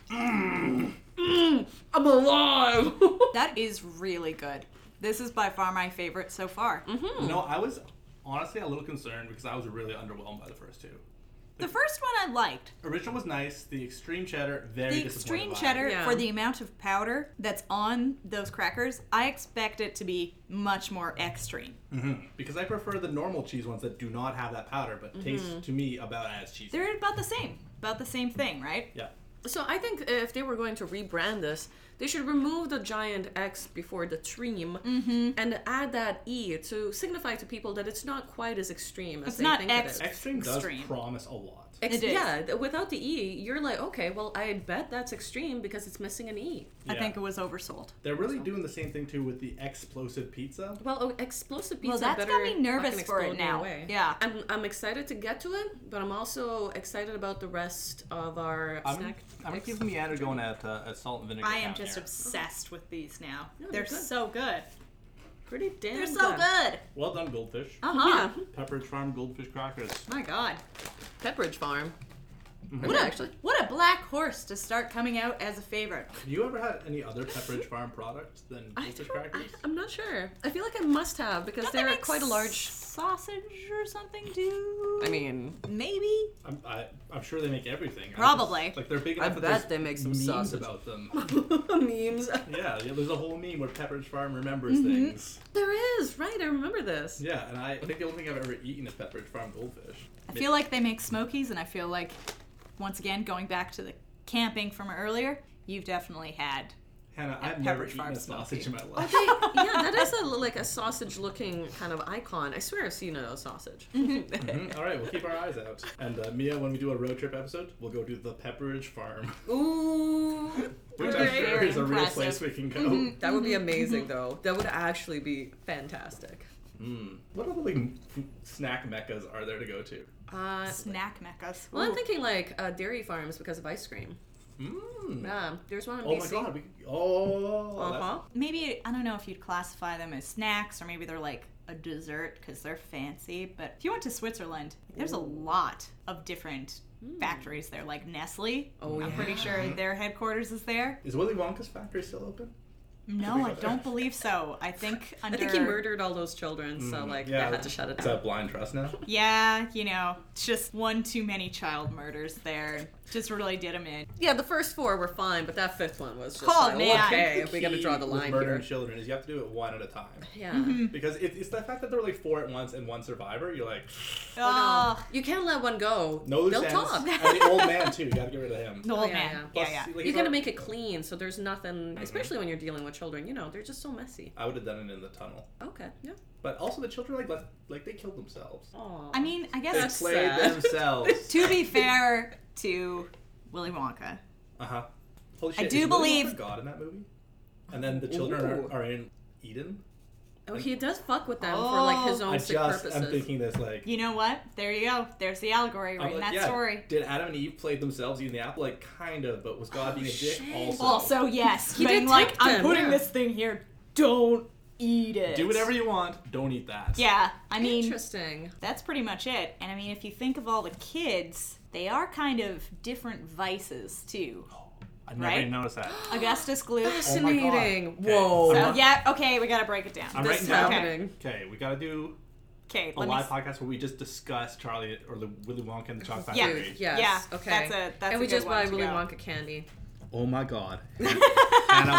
Mm, I'm alive. That is really good. This is by far my favorite so far. You know, I was honestly a little concerned because I was really underwhelmed by the first two. The first one I liked. Original was nice. The extreme cheddar, very the extreme disappointed by. cheddar Yeah. for the amount of powder that's on those crackers, I expect it to be much more extreme. because I prefer the normal cheese ones that do not have that powder, but taste to me about as cheesy. Mm-hmm. They're about the same, about the same thing, right? yeah. so I think if they were going to rebrand this, they should remove the giant X before the tream and add that E to signify to people that it's not quite as extreme as It's they not think it X- is. Extreme does Extreme. promise a lot. Ex- It is. Yeah, th- without the E, you're like, okay, well, I bet that's extreme because it's missing an E. I Yeah. think it was oversold. They're really doing the same thing too with the explosive pizza. Well, oh, explosive pizza. Well, that's better got me nervous fucking for it explode me now. away. Yeah. I'm, I'm excited to get to it, but I'm also excited about the rest of our I'm, snack. I'm gonna picks. give Leander going at, uh, at salt and vinegar. I am down just here. obsessed with these now. No, they're they're good. so good. pretty damn. They're so good. well done, goldfish. Uh huh. Yeah. Pepperidge Farm goldfish crackers. My God. Pepperidge Farm. Mm-hmm. What a, actually, what a black horse to start coming out as a favorite. Have you ever had any other Pepperidge Farm products than I goldfish don't- crackers? I, am not sure. I feel like I must have because Don't they they're make quite a large. sausage or something, too. I mean, maybe. I'm, I, I'm sure they make everything. I Probably. just- like they're big I enough. that there's bet they make some memes sausage. about them. memes. Yeah, yeah. There's a whole meme where Pepperidge Farm remembers Mm-hmm. things. There is right. I remember this. Yeah, and I, I think the only thing I've ever eaten is Pepperidge Farm goldfish. I feel like they make smokies, and I feel like, once again, going back to the camping from earlier, you've definitely had. Hannah, Yeah, I've never Pepperidge eaten Farm a smoky. sausage in my life. They- yeah, that is a, like a sausage-looking kind of icon. I swear I've seen a sausage. Mhm, All right, we'll keep our eyes out. And uh, Mia, when we do a road trip episode, we'll go to the Pepperidge Farm, Ooh, which I'm Very sure is a real impressive. place we can go. That would be amazing, though. That would actually be fantastic. Mm. What other like m- snack meccas are there to go to? Uh, Snack meccas. well, I'm Ooh. thinking like uh, dairy farms because of ice cream. Mm. Yeah, there's one in Oh my BC. god! We, oh, Uh that's- huh. maybe I don't know if you'd classify them as snacks or maybe they're like a dessert because they're fancy. But if you went to Switzerland, there's a lot of different factories there, like Nestle. I'm Oh, Hmm. yeah. pretty sure their headquarters is there. is Willy Wonka's factory still open? No, we I go don't believe so. I think under I think he murdered all those children, so like Mm. Mm-hmm. yeah. they had to shut it It's down. that blind trust now. yeah, you know, just one too many child murders there. Just really did him in. Yeah, the first four were fine, but that fifth one was just Oh, like, man. okay, we got to key draw the with line murdering here. Mm-hmm. children is you have to do it one at a time. Yeah. Because it, it's the fact that there were like four at once and one survivor. You're like, Oh, Oh, no. You can't let one go. no loose They'll ends. And talk. the old man too. You got to get rid of him. the old yeah, man. Plus, Yeah, yeah. like, Mm-hmm. You if I- gotta make it clean, so there's nothing. Especially when you're dealing with children, you know they're just so messy. I would have done it in the tunnel. Okay, yeah. But also the children like left, like they killed themselves. Aww. I mean, I They guess That's- played sad. themselves. to be fair to Willy Wonka, uh huh. Holy shit! do is Willy Wonka believe- God in that movie. And then the children are, Ooh. are in Eden. Oh, he does fuck with them for like his Oh. own I sick just purposes. I'm thinking this like. You know what? There you go. There's the allegory right I'm in like, that yeah, story. Did Adam and Eve play themselves eating the apple? Like, kind of, but was God being a dick? Also, Oh, Also, yes, He being did like, tempt I'm them, putting yeah. this thing here. Don't eat it. do whatever you want. Don't eat that. Yeah, I mean, Interesting. that's pretty much it. And I mean, if you think of all the kids, they are kind of different vices too. I never Right? even noticed that. Augustus Gloop. Oh my God. Fascinating. Okay. Whoa. I'm So not- yeah, okay, we gotta break it down. I'm this writing is down. happening. Okay, we gotta do Okay, a let me. live podcast where we just discuss Charlie or the Willy Wonka and the Chocolate Yeah. Factory. Dude, yes. Yeah, okay. that's a- that's and a we good just one buy to Willy go. Wonka candy. Oh my God. Anna,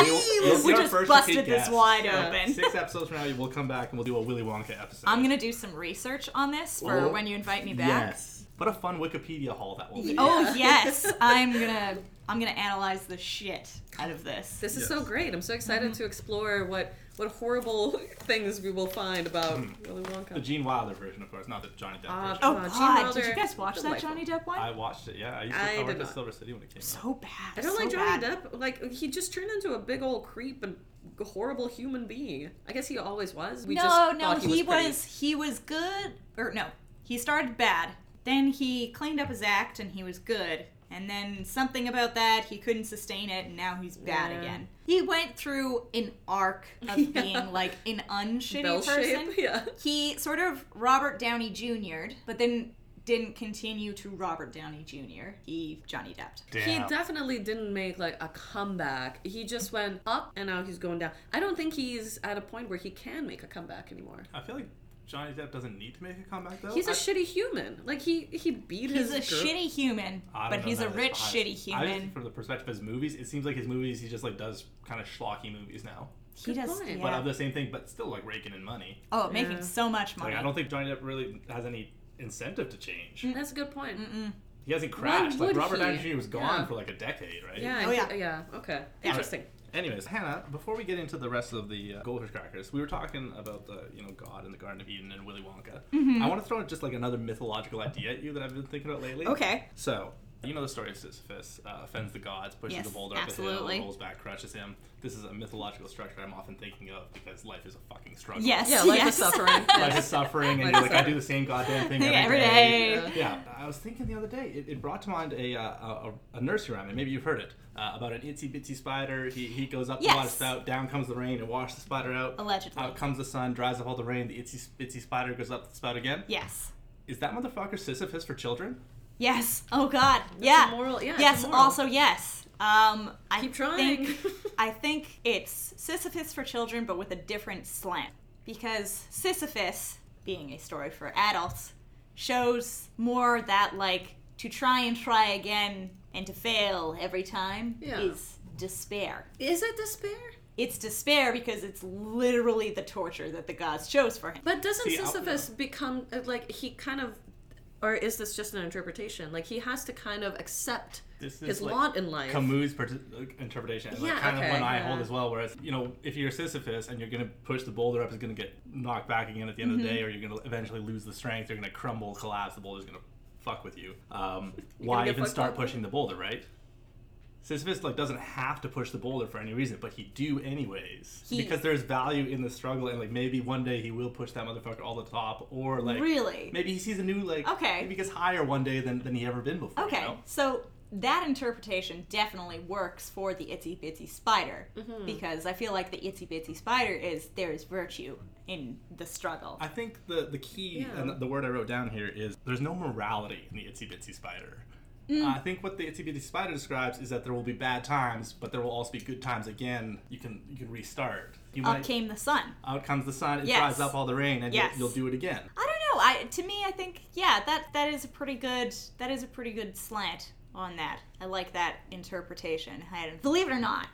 we, will- we you'll be our just first busted repeat this guest. wide Yeah. open. Six episodes from now, we'll come back and we'll do a Willy Wonka episode. I'm gonna do some research on this for Oh, when you invite me back. Yes. What a fun Wikipedia haul that will be. Oh Yeah. yes, I'm gonna I'm gonna analyze the shit out of this. This is Yes. so great. I'm so excited Mm-hmm. to explore what what horrible things we will find about Hmm. Willy The Wonka. Gene Wilder version, of course, not the Johnny Depp Ah, version. oh Gene God, Wilder, did you guys watch that delightful. Johnny Depp one? I watched it. Yeah, I used to I I did worked at not. Silver City when it came out. so bad. I don't so like bad. Johnny Depp. Like he just turned into a big old creep and horrible human being. I guess he always was. We no, just no, thought he, was, pretty. he was good or no, he started bad. Then he cleaned up his act and he was good. And then something about that, he couldn't sustain it, and now he's bad Yeah. again. He went through an arc of Yeah. being like an unshitty Bell person. shape. Yeah. He sort of Robert Downey Jr.'d, but then didn't continue to Robert Downey Jr. He Johnny Depp. He Damn. definitely didn't make like a comeback. He just went up and now he's going down. I don't think he's at a point where he can make a comeback anymore. I feel like Johnny Depp doesn't need to make a comeback though. He's a I- shitty human. Like he he beat He's his a girl- shitty human, I don't but know he's a that it's rich behind- shitty I human. just, from the perspective of his movies, it seems like his movies he just like does kind of schlocky movies now, He Good does, point. yeah. but of the same thing, but still like raking in money. oh, making Yeah. so much money. Like I don't think Johnny Depp really has any incentive to change. Mm, That's a good point. Mm-mm. He hasn't crashed. Like would Robert he? Downey Jr. was gone Yeah. for like a decade, right? Yeah. Oh, yeah. yeah. Yeah. Okay. Yeah. Interesting. Anyways, Hannah, before we get into the rest of the uh, Goldfish crackers, we were talking about the you know God and the Garden of Eden and Willy Wonka. Mm-hmm. I want to throw just like another mythological idea at you that I've been thinking about lately. Okay. So you know the story of Sisyphus uh, offends the gods, pushes Yes, the boulder up a absolutely. hill, rolls back, crushes him. This is a mythological structure I'm often thinking of because life is a fucking struggle. Yes. Yeah. Life yes. is suffering. Life is suffering, and Life you're is like, I do the same goddamn thing Every day. Yeah. yeah, I was thinking the other day, it, it brought to mind a, uh, a, a nursery rhyme, and maybe you've heard it, uh, about an itsy bitsy spider. He, he goes up the water Yes. Oh. spout, down comes the rain, and washes the spider out. Allegedly. Out comes the sun, dries up all the rain, the itsy bitsy spider goes up the spout again. Yes. Is that motherfucker Sisyphus for children? Yes. Oh God. It's yeah. a moral. Yeah. it's a yes. moral. Also yes. Um. I keep trying. Think, I think it's Sisyphus for children, but with a different slant, because Sisyphus, being a story for adults, shows more that like to try and try again and to fail every time Yeah. is despair. Is it despair? It's despair because it's literally the torture that the gods chose for him. But doesn't See, I'll- Sisyphus become uh, like he kind of, or is this just an interpretation? Like he has to kind of accept This his is like lot in life. Camus' per- interpretation, and Yeah, like kind okay, of one I yeah. hold as well, where it's, you know, if you're Sisyphus and you're going to push the boulder up, it's going to get knocked back again at the end of the Mm-hmm. day, or you're going to eventually lose the strength, you're going to crumble, collapse, the boulder's going to fuck with you. Um, why get even fucked start up. pushing the boulder, right? Sisyphus like doesn't have to push the boulder for any reason, but he do anyways He- because there's value in the struggle, and like maybe one day he will push that motherfucker all the top, or like Really? maybe he sees a new like Okay. maybe he gets higher one day than than he ever been before. you Okay, know? so that interpretation definitely works for the itsy bitsy spider because I feel like the itsy bitsy spider is there is virtue in the struggle. I think the the key Yeah. and the word I wrote down here is there's no morality in the itsy bitsy spider. Mm. I think what the itsy bitsy spider describes is that there will be bad times, but there will also be good times again. You can you can restart. You Up came the sun. out comes the sun, it Yes. dries up all the rain, and Yes. you'll, you'll do it again. I don't know. I to me, I think yeah, that that is a pretty good that is a pretty good slant on that. I like that interpretation. I hadn't, believe it or not,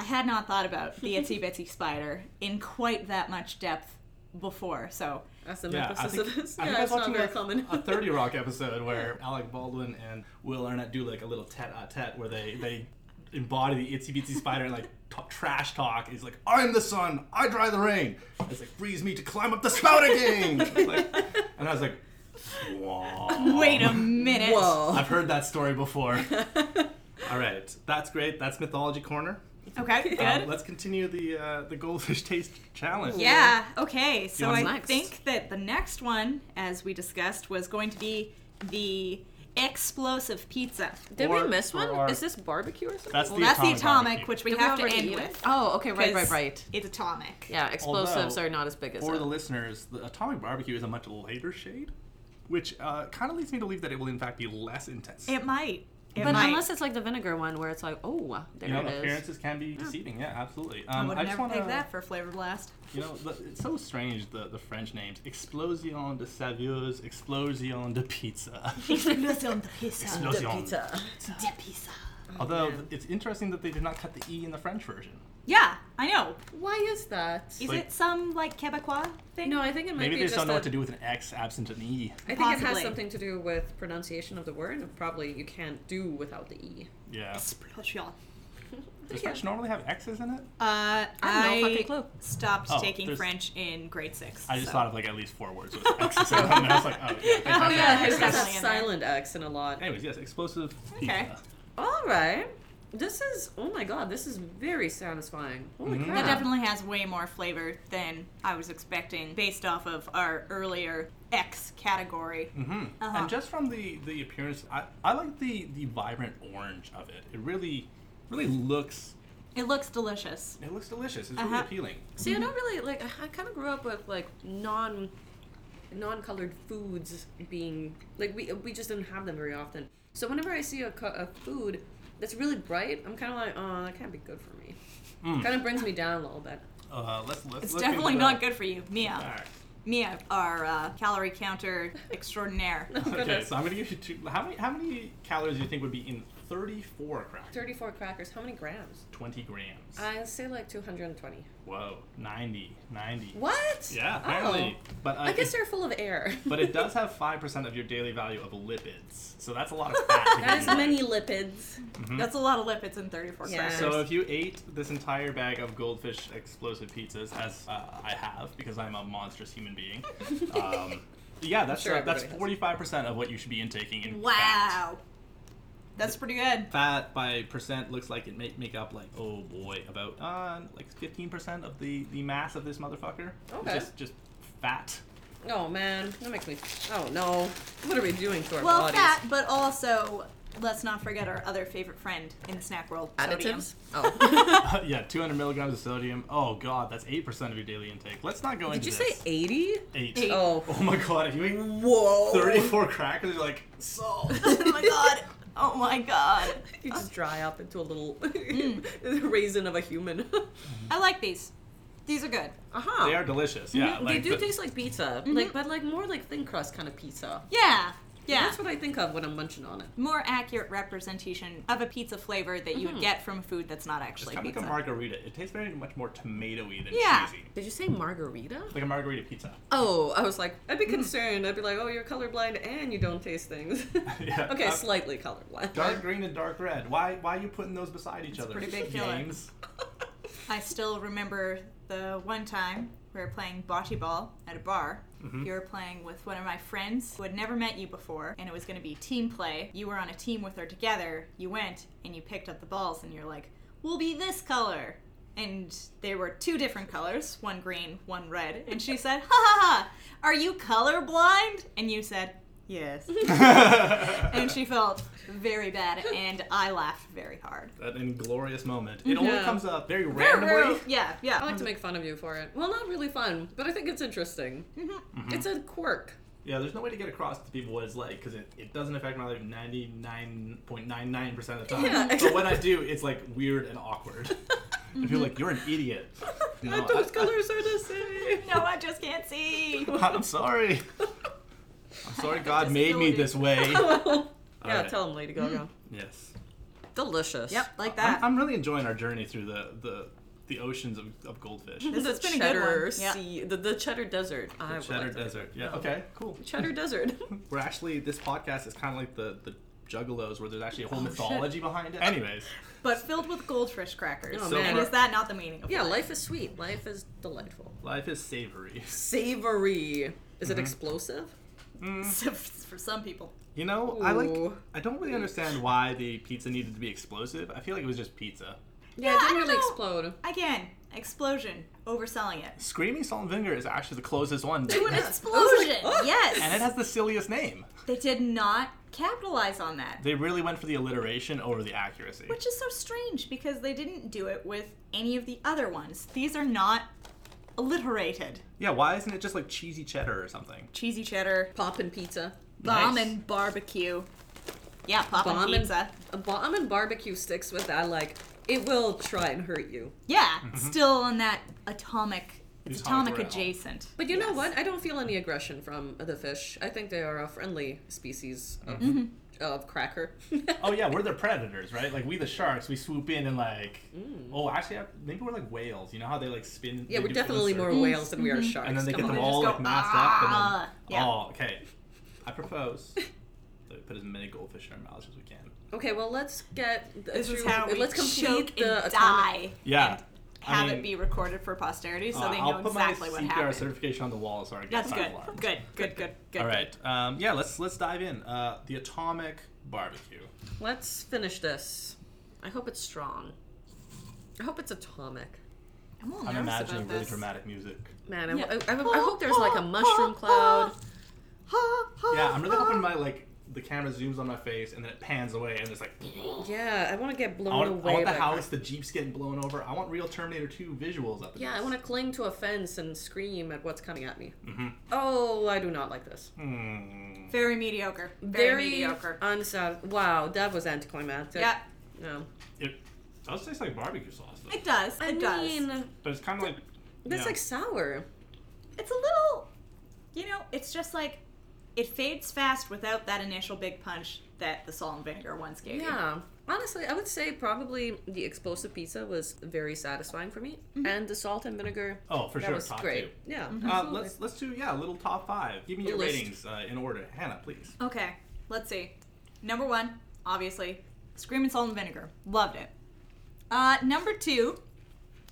I had not thought about the itsy bitsy spider in quite that much depth before. So That's the Yeah, myth I of think, Sisyphus. I think yeah, I was it's not watching very a, common. a Thirty Rock episode where Alec Baldwin and Will Arnett do like a little tete-a-tete where they they embody the itsy bitsy spider and like t- trash talk is like I'm the sun, I dry the rain. It's like frees me to climb up the spout again. Like- and I was like, wow. wait a minute. Whoa. I've heard that story before. All right, that's great. That's mythology corner. Okay, good. Um, let's continue the uh, the goldfish taste challenge. Yeah. Okay. So what's I next? think that the next one, as we discussed, was going to be the explosive pizza. Did Or- we miss or one? are- Is this barbecue or something? That's Well, the that's the atomic atomic, barbecue. which we Did have to already end eat with. it? Oh, okay, right, right, 'cause right. It's atomic. Yeah, explosives Although, are not as big as. For a- the listeners, the atomic barbecue is a much lighter shade, which uh, kind of leads me to believe that it will in fact be less intense. It might. It But might. unless it's like the vinegar one where it's like, oh, there You know, it is. appearances can be deceiving. Yeah, absolutely. I Um, would I, have just never want picked to, that for Flavor Blast. you know, the, it's so strange the, the French names: explosion de saveurs, explosion de pizza. Explosion de pizza. Uh, Explosion. De pizza. Although it's interesting that they did not cut the e in the French version. Yeah, I know. Why is that? Is Like- it some like Quebecois thing? No, I think it might Maybe be they just just don't know a- what to do with an x absent an e. I think it has Possibly. something to do with pronunciation of the word. and Probably you can't do without the e. Yeah. Explosion. Does French normally have x's in it? Uh, I have no fucking clue. stopped Oh, taking there's- French in grade six. I just so- thought of like at least four words with x's. in it, and I was like, oh yeah. they Oh have yeah, X's. it's got that definitely in there. silent x in a lot. Anyways, yes, explosive Okay. pizza. All right. This is oh my god, this is very satisfying. Holy Mhm. crap. That definitely has way more flavor than I was expecting based off of our earlier X category. hmm Uh-huh. And just from the the appearance, I, I like the the vibrant orange of it. It really really looks It looks delicious. it looks delicious. It's Uh-huh. really appealing. See, I don't really like. I- I kind of grew up with like non, non-colored foods being like we we just didn't have them very often. So whenever I see a, co- a food that's really bright, I'm kind of like, oh, that can't be good for me. Mm. Kind of brings me down a little bit. Uh, let's let's. It's look definitely into not the- good for you. Mia. All right. Mia, our uh, calorie counter extraordinaire. Oh, Okay, goodness. so I'm gonna give you two. How many how many calories do you think would be in 34 crackers? Thirty-four crackers. How many grams? 20 grams. I say like two hundred and twenty. Whoa, 90, 90. What? Yeah, apparently. Oh. But uh, I guess it, they're full of air. but it does have five percent of your daily value of lipids, so that's a lot of fat. to That is begin with. many lipids. That's a lot of lipids in 34 Yeah. crackers. So if you ate this entire bag of goldfish explosive pizzas, as uh, I have, because I'm a monstrous human being, um, yeah, that's sure uh, that's everybody 45 percent of what you should be intaking in fat. wow. That's pretty good. Fat by percent looks like it may make up like oh boy about uh, like 15 percent of the the mass of this motherfucker. It's Okay. Just just fat. Oh man, that makes me. Oh no, what are we doing to our Well, bodies? fat, but also let's not forget our other favorite friend in snack world, sodium. Additives. Oh. Uh, yeah, 200 milligrams of sodium. Oh god, that's eight percent of your daily intake. Let's not go Did into you this. say eighty? eight? Eight. Oh. Oh my god, if you ate Whoa. 34 crackers, you're like Salt. oh my god. Oh my god. You just dry up into a little raisin of a human. I like these. These are good. Uh-huh. they are delicious. Yeah, Mhm, like, they do but- taste like pizza, like but like more like thin crust kind of pizza. Yeah. Yeah. That's what I think of when I'm munching on it. More accurate representation of a pizza flavor that you would get from food that's not It's actually kind of pizza. like a margarita. It tastes very much more tomatoey than Yeah. cheesy. Did you say margarita? Like a margarita pizza. Oh, I was like, I'd be concerned. I'd be like, oh, you're colorblind and you don't taste things. Yeah. okay, Uh, slightly colorblind. Dark green and dark red. Why why are you putting those beside each other? pretty big killer. James. I still remember the one time we were playing bocce ball at a bar. You were playing with one of my friends who had never met you before, and it was going to be team play. You were on a team with her together. You went and you picked up the balls, and you're like, "We'll be this color." And they were two different colors, one green, one red. And she said, "Ha ha ha! Are you colorblind?" And you said, "Yes." and she felt very bad, and I laughed very hard. that inglorious moment. It only Yeah. comes up very randomly. Yeah, yeah. I like to make fun of you for it. Well, not really fun, but I think it's interesting. Mm-hmm. It's a quirk. Yeah, there's no way to get across to people what it's like because it, it doesn't affect my life 99.99% of the time. Yeah, But when I do, it's like weird and awkward. I feel like you're an idiot. No, But those I- colors are the same. No, I just can't see. I'm sorry. I'm sorry God made me disability. this way. yeah, right. tell them, Lady Gaga. yes. Delicious. Yep, like I'm, that. I'm really enjoying our journey through the the, the oceans of, of goldfish. This the has been a good cheddar one. Yeah. sea, the, the cheddar desert. I would Cheddar like to- Desert. Yeah. Okay. Cool. Cheddar desert. We're actually this podcast is kind of like the the Juggalos, where there's actually a whole Oh, mythology behind it. Anyways, But filled with goldfish crackers. Oh, So and we're- is that not the meaning of yeah, life? life is sweet. Life is delightful. life is savory. Savory. Is Mm-hmm. it explosive? So, for some people. You know, I like. Ooh. I don't really understand why the pizza needed to be explosive. I feel like it was just pizza. Yeah, Yeah, it I didn't don't really know. explode. Again, explosion. Overselling it. Screaming salt and vinegar is actually the closest one, To and an Yeah. explosion. I was like, "Oh." yes. it has the silliest name. they did not capitalize on that. They really went for the alliteration over the accuracy. Which is so strange because they didn't do it with any of the other ones. These are not alliterated. Yeah, why isn't it just like cheesy cheddar or something? Cheesy cheddar, Poppin' pizza. bomb Nice. and barbecue. Yeah, popping bomb and, pizza. a bomb and barbecue sticks with that, like it will try and hurt you. Yeah, Mm-hmm. it's still on that atomic. It's Atomic atomic realm. adjacent. But you know Yes. what? I don't feel any aggression from the fish. I think they are a friendly species of, of cracker. Oh yeah, we're the predators, right? Like we the sharks, we swoop in and like. Mm. Oh, actually, I- maybe we're like whales. You know how they like spin? yeah, they we're do definitely flips or- more whales than we are sharks. And then they Come get on. They them all just like go, masked up, "Ah." and then Yeah. oh, okay. I propose that we put as many goldfish in our mouths as we can. Okay, well let's get the This is true- how we let's complete choke the and atomic. die. Yeah. And have I mean, it be recorded for posterity so uh, they I'll know put exactly my what CPR happened. certification on the wall, so our That's guests good. aren't alarmed. Good. Good. Good. Good. All right. Um, yeah, let's let's dive in. Uh, the atomic barbecue. Let's finish this. I hope it's strong. I hope it's atomic. I'm, a little I'm nervous imagining about really this. dramatic music. Man, I, Yeah. I, I, I hope there's like a mushroom cloud. Yeah, I'm really hoping my like the camera zooms on my face and then it pans away and it's like Yeah, I want to get blown I want, I away. want the by- house, the jeeps getting blown over. I want real Terminator 2 visuals up. In Yeah, I this. want to cling to a fence and scream at what's coming at me. Mhm. Oh, I do not like this. Hmm. Very mediocre. Very, Very uh, mediocre. unsat- Wow, that was anticlimactic. yeah, No. It does taste like barbecue sauce, though. it does. It I does. mean, but it's kind of like that's yeah. like sour. it's a little you know it's just like it fades fast without that initial big punch that the salt and vinegar ones gave you Yeah. Honestly, I would say probably the explosive pizza was very satisfying for me, Mm-hmm. and the salt and vinegar. oh for that sure was top great. Yeah. two. Uh, absolutely. let's let's do yeah a little top five. Give me The your list. ratings uh, in order, Hannah, please. okay let's see number one obviously screaming salt and vinegar loved it uh, number two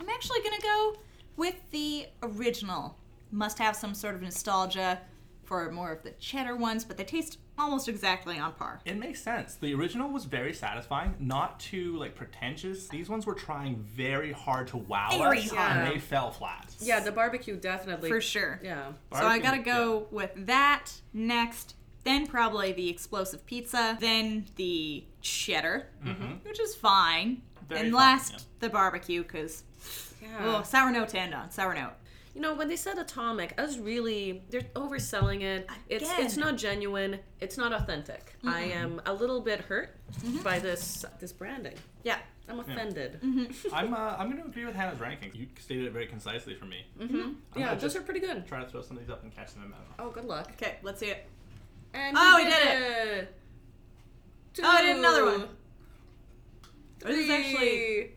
i'm actually gonna go with the original must have some sort of nostalgia for more of the cheddar ones but they taste almost exactly on par It makes sense. The original was very satisfying, not too like pretentious. These ones were trying very hard to wow Very us, hard. and they fell flat. Yeah, the barbecue definitely. for sure Yeah. So I Barbecue, gotta go with that next. Then probably the explosive pizza. Then the cheddar, which is fine. Mm-hmm. Very and fine, last yeah. the barbecue because Yeah. oh sour note to end on sour note. You know, when they said atomic, I was really they're overselling it. It's Again. it's not genuine. It's not authentic. I am a little bit hurt Mm-hmm. by this this branding. Yeah. I'm offended. Mm-hmm. Yeah. I'm uh, I'm gonna agree with Hannah's ranking. You stated it very concisely for me. I'm Mm-hmm. Yeah, gonna those are pretty good. try to throw some of these up and catch them in the mouth. Oh, good luck. Okay, let's see it. And Oh, we we did it. Oh, I did another one. Three, This is actually-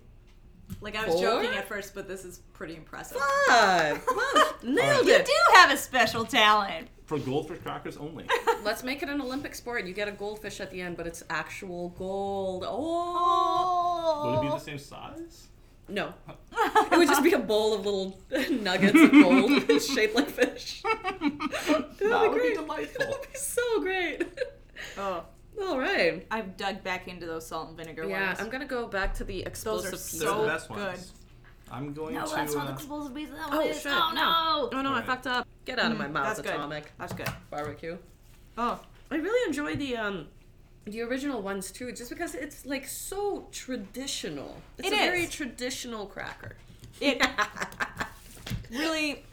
Like I was Four? joking at first, but this is pretty impressive. five. Wow, nailed You it. do have a special talent. For goldfish crackers only. Let's make it an Olympic sport. You get a goldfish at the end, but it's actual gold. Oh Would it be the Oh. same size? no, it would just be a bowl of little nuggets of gold shaped like fish. That That'd would be be great. delightful. That'd be so great. oh, All right. I've dug back into those salt and vinegar Yeah, ones. I'm gonna go back to the explosive pizza. They're so the best good. ones. I'm going to. uh, explosive pizza. That Oh, shit. no. Oh no, I Alright. fucked up. Get out of my mouth, That's good. atomic That's good. barbecue. Oh, I really enjoy the um the original ones too, just because it's like so traditional. It's It a very is. traditional cracker. Ah. it really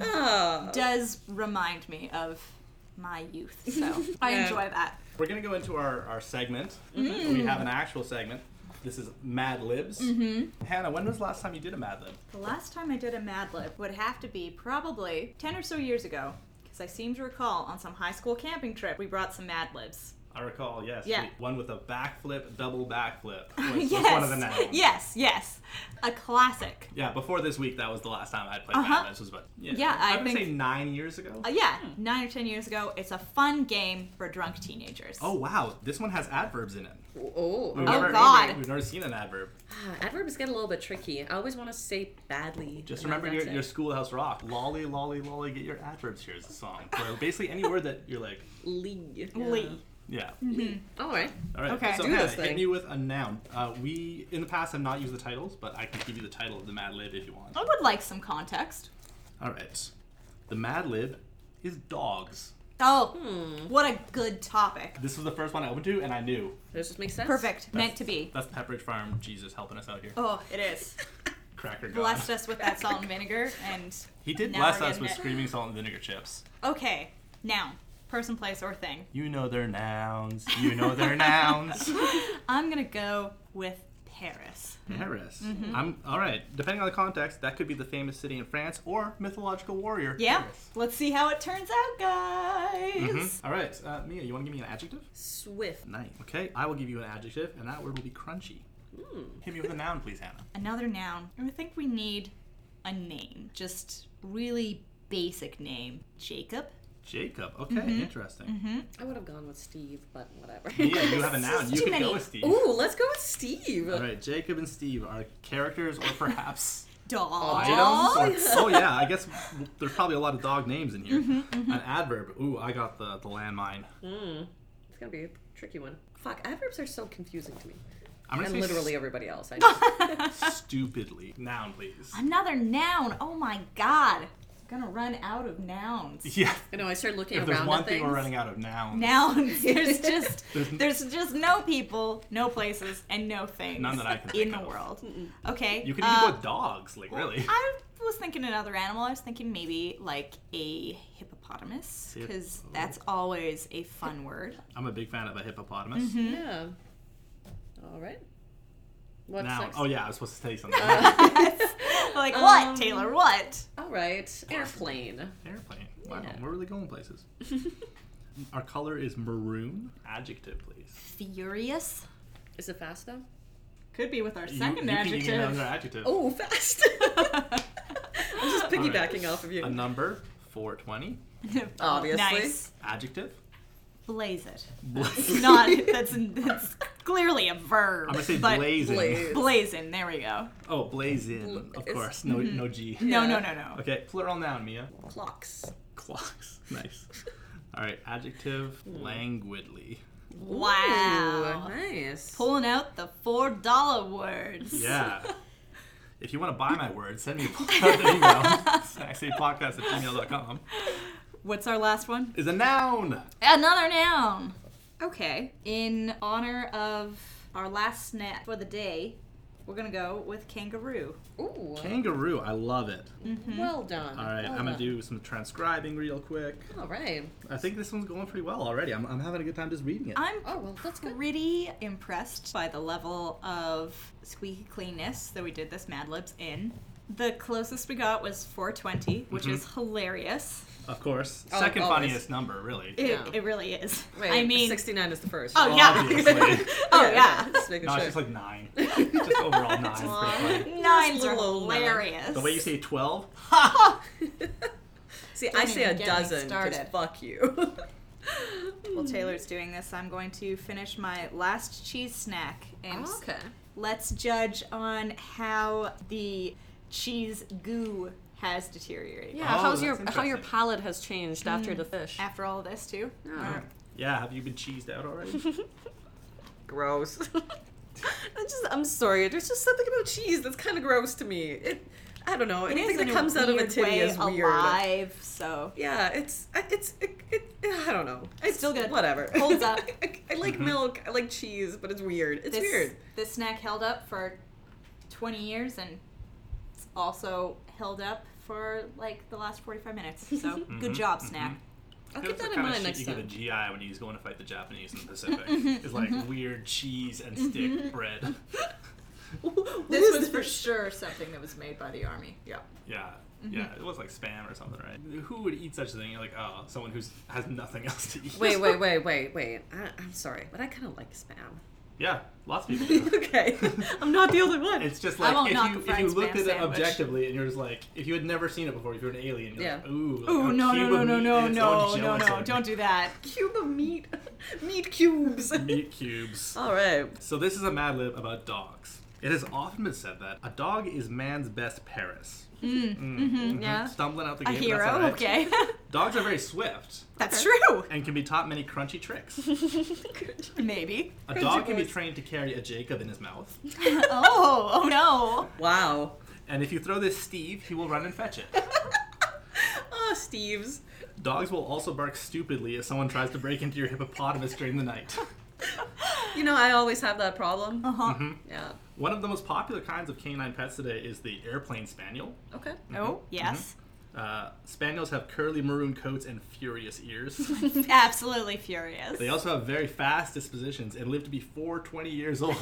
Oh. does remind me of my youth. So I Yeah. enjoy that. We're gonna go into our, our segment. Mm-hmm. We have an actual segment. This is Mad Libs. Mm-hmm. Hannah, when was the last time you did a Mad Lib? The last time I did a Mad Lib would have to be probably 10 or so years ago, because I seem to recall on some high school camping trip, we brought some Mad Libs. I recall, yes. Yeah. we- One with a backflip, double backflip. Was, was yes. one of the nouns. yes, yes. A classic. Yeah, before this week, that was the last time I played Uh-huh. Mad Libs. Was about, yeah, Yeah, I would think- say nine years ago. Uh, yeah, nine or 10 years ago. It's a fun game for drunk teenagers. Oh, wow. This one has adverbs in it. oh. Oh, never, God. We've never seen an adverb. Ah, adverbs get a little bit tricky. I always want to say badly. Just and then remember your, that's your it. schoolhouse rock. Lolly, lolly, lolly, get your adverbs. Here's the song. So basically, any word that you're like, Lee. Lee. yeah. All right. All right. Mm-hmm. Okay. So Do Hannah, this hit thing. me with a noun. Uh, we in the past have not used the titles, but I can give you the title of the Mad Lib if you want. I would like some context. All right. The Mad Lib is dogs. Oh, what a good topic. This was the first one I opened to, and I knew This just makes sense. Perfect. Meant That's- to be. That's Pepperidge Farm Jesus helping us out here. Oh, it is. Cracker God. Blessed us with that salt and vinegar and He did Now bless we're us getting with it. screaming salt and vinegar chips. okay. Now, person, place, or thing. You know their nouns. You know their nouns. I'm gonna go with Paris. Paris. I'm all right. Depending on the context, that could be the famous city in France or mythological warrior. Yeah, Paris. let's see how it turns out, guys. Mhm. All right, uh, Mia, you want to give me an adjective? Swift. Nice. Okay, I will give you an adjective, and that word will be crunchy. Hit me with a noun, please, Hannah. Another noun. I think we need a name, just really basic name. Jacob. Jacob. Okay, interesting. I would have gone with Steve, but whatever. Mia, you have a noun. You Too can many. go with Steve. Ooh, let's go with Steve. All right, Jacob and Steve are characters or perhaps Dog. items. Or, oh yeah, I guess there's probably a lot of dog names in here. An adverb. Ooh, I got the the landmine. It's gonna be a tricky one. Fuck, adverbs are so confusing to me. I'm gonna And say literally everybody else. I know. stupidly. Noun, please. Another noun. Oh my god. I'm gonna run out of nouns. Yeah. I know, I started looking If around there's one at thing things. we're running out of nouns, Nouns. There's just There's n- there's just no people, no places, and no things. None that I can in think the of. world. Okay. you can uh, even go with dogs. Like really. I was thinking another animal. I was thinking maybe like a hippopotamus because Hippo- that's always a fun word. I'm a big fan of a hippopotamus. Mm-hmm. Yeah. All right. What's Noun. next? Oh yeah, I was supposed to say something. Uh, like what, Um, Taylor? What? All right. Airplane. Airplane. Wow, Yeah. we're really going places. Our color is maroon. Adjective, please. Furious. Is it fast though? Could be with our You- second you can give me another adjective. adjective. Oh, fast. I'm just piggybacking off of you. A number, 420. Obviously. Nice. Adjective. Blaze it. Blaze. Not that's that's clearly a verb. I'm gonna say but blazing. Blaze. Blazing. There we go. Oh, blazing. Bla- Of is- course. No, no G. No, Yeah. no, no, no. Okay, plural noun, Mia. Clocks. Clocks. Nice. All right, adjective, languidly. Wow. Ooh, nice. Pulling out the four dollar words. Yeah. If you want to buy my word, send me a podcast email. podcast at gmail.com. What's our last one? Is a noun. Another noun. Okay. In honor of our last snack for the day, we're gonna go with kangaroo. Ooh. Kangaroo. I love it. Mm-hmm. Well done. All right, I'm going to do some transcribing real quick. All right. I think this one's going pretty well already. I'm, I'm having a good time just reading it. I'm Oh well, that's good. pretty impressed by the level of squeaky cleanness that we did this Mad Libs in. The closest we got was 420, which Mm-hmm. is hilarious. Of course. Oh, Second always. funniest number, really. It, Yeah. it really is. Wait, I mean, 69 is the first. oh yeah, Obviously. oh yeah. Just making No, it's sure. just like nine. just overall nine. is pretty funny. Nines are Little nine. hilarious. The way you say twelve, See, I Don't say a even get me dozen. 'cause started. fuck you. While Taylor's doing this, I'm going to finish my last cheese snack and s- okay. let's judge on how the cheese goo has deteriorated. Yeah. Oh, how's your that's how your interesting. palate has changed after Mm. the fish? After all this, too. Oh. Yeah, have you been cheesed out already? Gross. I just I'm sorry. There's just something about cheese that's kind of gross to me. It I don't know. Anything in that a comes out of a weird titty way is weird. Alive, so Yeah, it's I- it's it, it, I don't know. It's Still good. Whatever. Holds up. I, I like Mm-hmm. milk. I like cheese, but it's weird. It's this weird. this snack held up for 20 years, and it's also held up for like the last 45 minutes. So Mm-hmm. good job, snack. I'll That's keep the that in kind of mind shit next you time. give a GI when he's going to fight the Japanese in the Pacific. it's like Mm-hmm. weird cheese and stick bread. This was for sure something that was made by the army. Yeah. Yeah. Mm-hmm. Yeah, it was like spam or something, right? Who would eat such a thing? You're like, oh, someone who's has nothing else to eat. Wait, wait, wait, wait, wait. I, I'm sorry, but I kind of like spam. Yeah, lots of people do. okay, I'm not the only one. It's just I like won't knock if you a if fried you looked spam at it sandwich. objectively and you're just like if you had never seen it before, if you're an alien, you're like, Yeah. ooh, like, Ooh, a no, no, cube no, of no, meat, no, and it's all no, no, no. gelatin. Don't do that. cube of meat, meat cubes. meat Oh, cubes. All right. So this is a Mad Lib about dogs. It has often been said that a dog is man's best Paris. Mm-hmm. Mm, yeah. Stumbling out the A gate. but hero, that's all right. okay. Dogs are very swift That's true. and can be taught many crunchy tricks. Maybe. A dog can be boys. trained to carry a Jacob in his mouth, Oh, oh no. Wow. and if you throw this Steve, he will run and fetch it. Oh, Steve's. Dogs will also bark stupidly if someone tries to break into your hippopotamus during the night. You know, I always have that problem. Mm-hmm, Uh huh. Yeah. One of the most popular kinds of canine pets today is the airplane spaniel. Okay. Oh, yes. Uh, spaniels have curly maroon coats and furious ears. Absolutely furious. They also have very fast dispositions and live to be 420 years old.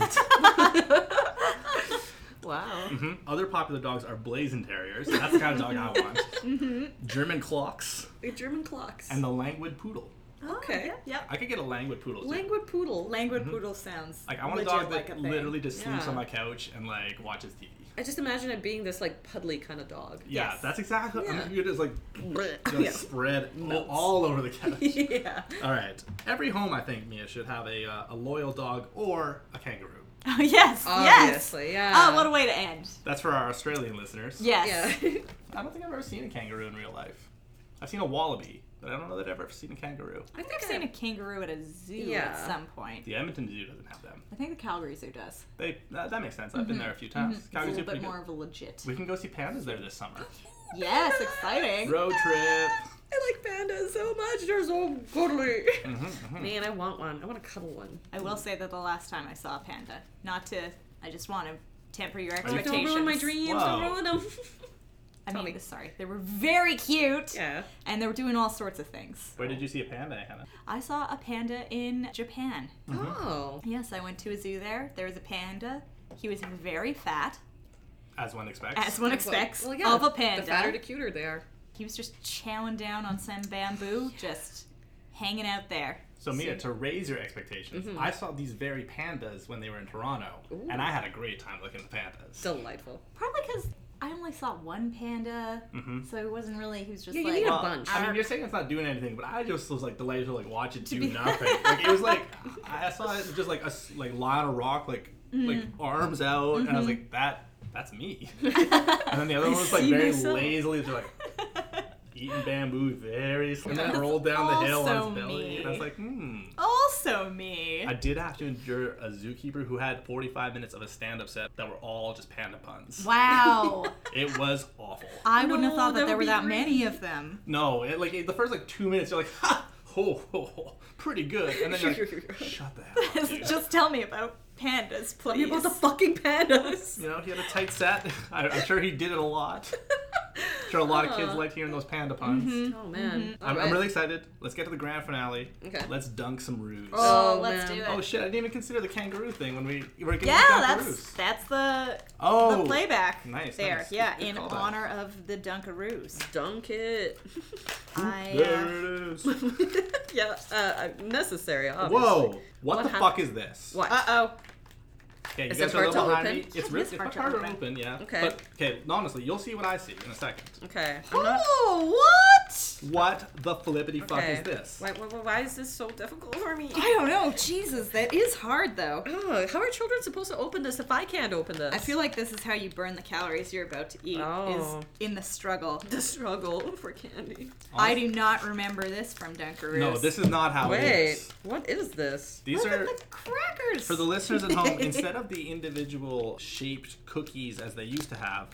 Wow. Mhm. Other popular dogs are blazon terriers. That's the kind of dog I want. Mm-hmm. German clocks The German clocks. Oh, and the languid poodle. okay. Yep. yep. I could get a languid poodle. Too. Languid poodle. Languid poodle sounds Mm-hmm. like I want legit a dog like that a thing. literally just sleeps Yeah. on my couch and like watches TV. I just imagine it being this like puddly kind of dog. Yeah, Yes. that's exactly. Yeah. I'm just like gonna yeah. spread all, Melts. all over the couch. yeah. all right, every home I think Mia should have a uh, a loyal dog or a kangaroo. Oh yes, yes. Obviously. Yeah. Oh, what a way to end. That's for our Australian listeners. Yeah. Yes. I don't think I've ever seen a kangaroo in real life. I've seen a wallaby, but I don't know that I've ever seen a kangaroo. I think I've seen a kangaroo at a zoo at Yeah. some point. The Edmonton Zoo doesn't have them. I think the Calgary Zoo does. They that, that makes sense. I've been there a few times. Mm-hmm. It's a Calgary Zoo little pretty bit good. more of a legit. We can go see pandas there this summer. Yes, exciting. Road trip. I like pandas so much. They're so cuddly. Mm. Mhm, mhm. Man, I want one. I want to cuddle one. I will say that the last time I saw a panda, not to, I just want to temper your you- expectations. Don't ruin my dreams. Don't Whoa. ruin them. I Tell mean, me. sorry, they were very cute, yeah. and they were doing all sorts of things. Where did you see a panda, Hannah? I saw a panda in Japan. Oh. Yes, I went to a zoo there. There was a panda. He was very fat, As one expects. as one Well, expects well, yeah, of a panda. The fatter, the cuter they are. He was just chowing down on some bamboo, just hanging out there. So Mia, to raise your expectations, Mm-hmm. I saw these very pandas when they were in Toronto, Ooh. and I had a great time looking at the pandas. Delightful. Probably because I only saw one panda, Mhm. so he wasn't really. He was just Yeah, you like, need a Well, bunch. I mean, you're saying it's not doing anything, but I just was like delighted to like watch it do be- nothing. like it was like I saw it just like a s- like line of rock, like Mm-hmm. like arms out, and I was like, that that's me. and then the other one was like see very myself. lazily, just like eating bamboo very slowly, and then it rolled down the That's hill on its also belly. me. And I was like, hmm. also me. I did have to endure a zookeeper who had 45 minutes of a stand-up set that were all just panda puns. wow. It was awful. I wouldn't have No, thought that, that there would were be that great. many of them. No, it, like the first like two minutes, you're like, ha, ho, ho, ho, pretty good, and then you're like, shut the hell up, dude. Just tell me about pandas, please. About the fucking pandas. You know, he had a tight set. I, I'm sure he did it a lot. I'm sure a lot of kids liked hearing those panda puns. Oh man. I'm, I'm Alright. really excited. Let's get to the grand finale. Okay. Let's dunk some roos. Oh, Oh, oh, Oh, let's man. do it. shit! I didn't even consider the kangaroo thing when we were getting yeah, the that's kangaroos. that's the oh, the playback. nice, There, nice. yeah, Good in callback. honor of the Dunkaroos. dunk it. I, Oh. There uh, it is. yeah, uh, uh, necessary. Obviously. Whoa! What, What the hap- fuck is this? What? uh-oh. Okay, you Is guys it are a hard little to behind open? me. It's It really is it's hard much to harder to open. open, yeah. Okay. But okay, honestly, you'll see what I see in a second. Okay. I'm not- Oh, what? What the flippity fuck okay. is this? Why, why, why is this so difficult for me? I don't know. Jesus, that is hard though. Ugh, how are children supposed to open this if I can't open this? I feel like this is how you burn the calories you're about to eat. Oh. Is in the struggle. the struggle for candy. I do not remember this from Dunkaroos. No, this is not how Oh, it Wait, is. what is this? These Look are at the crackers. for the listeners at home. instead of the individual shaped cookies as they used to have,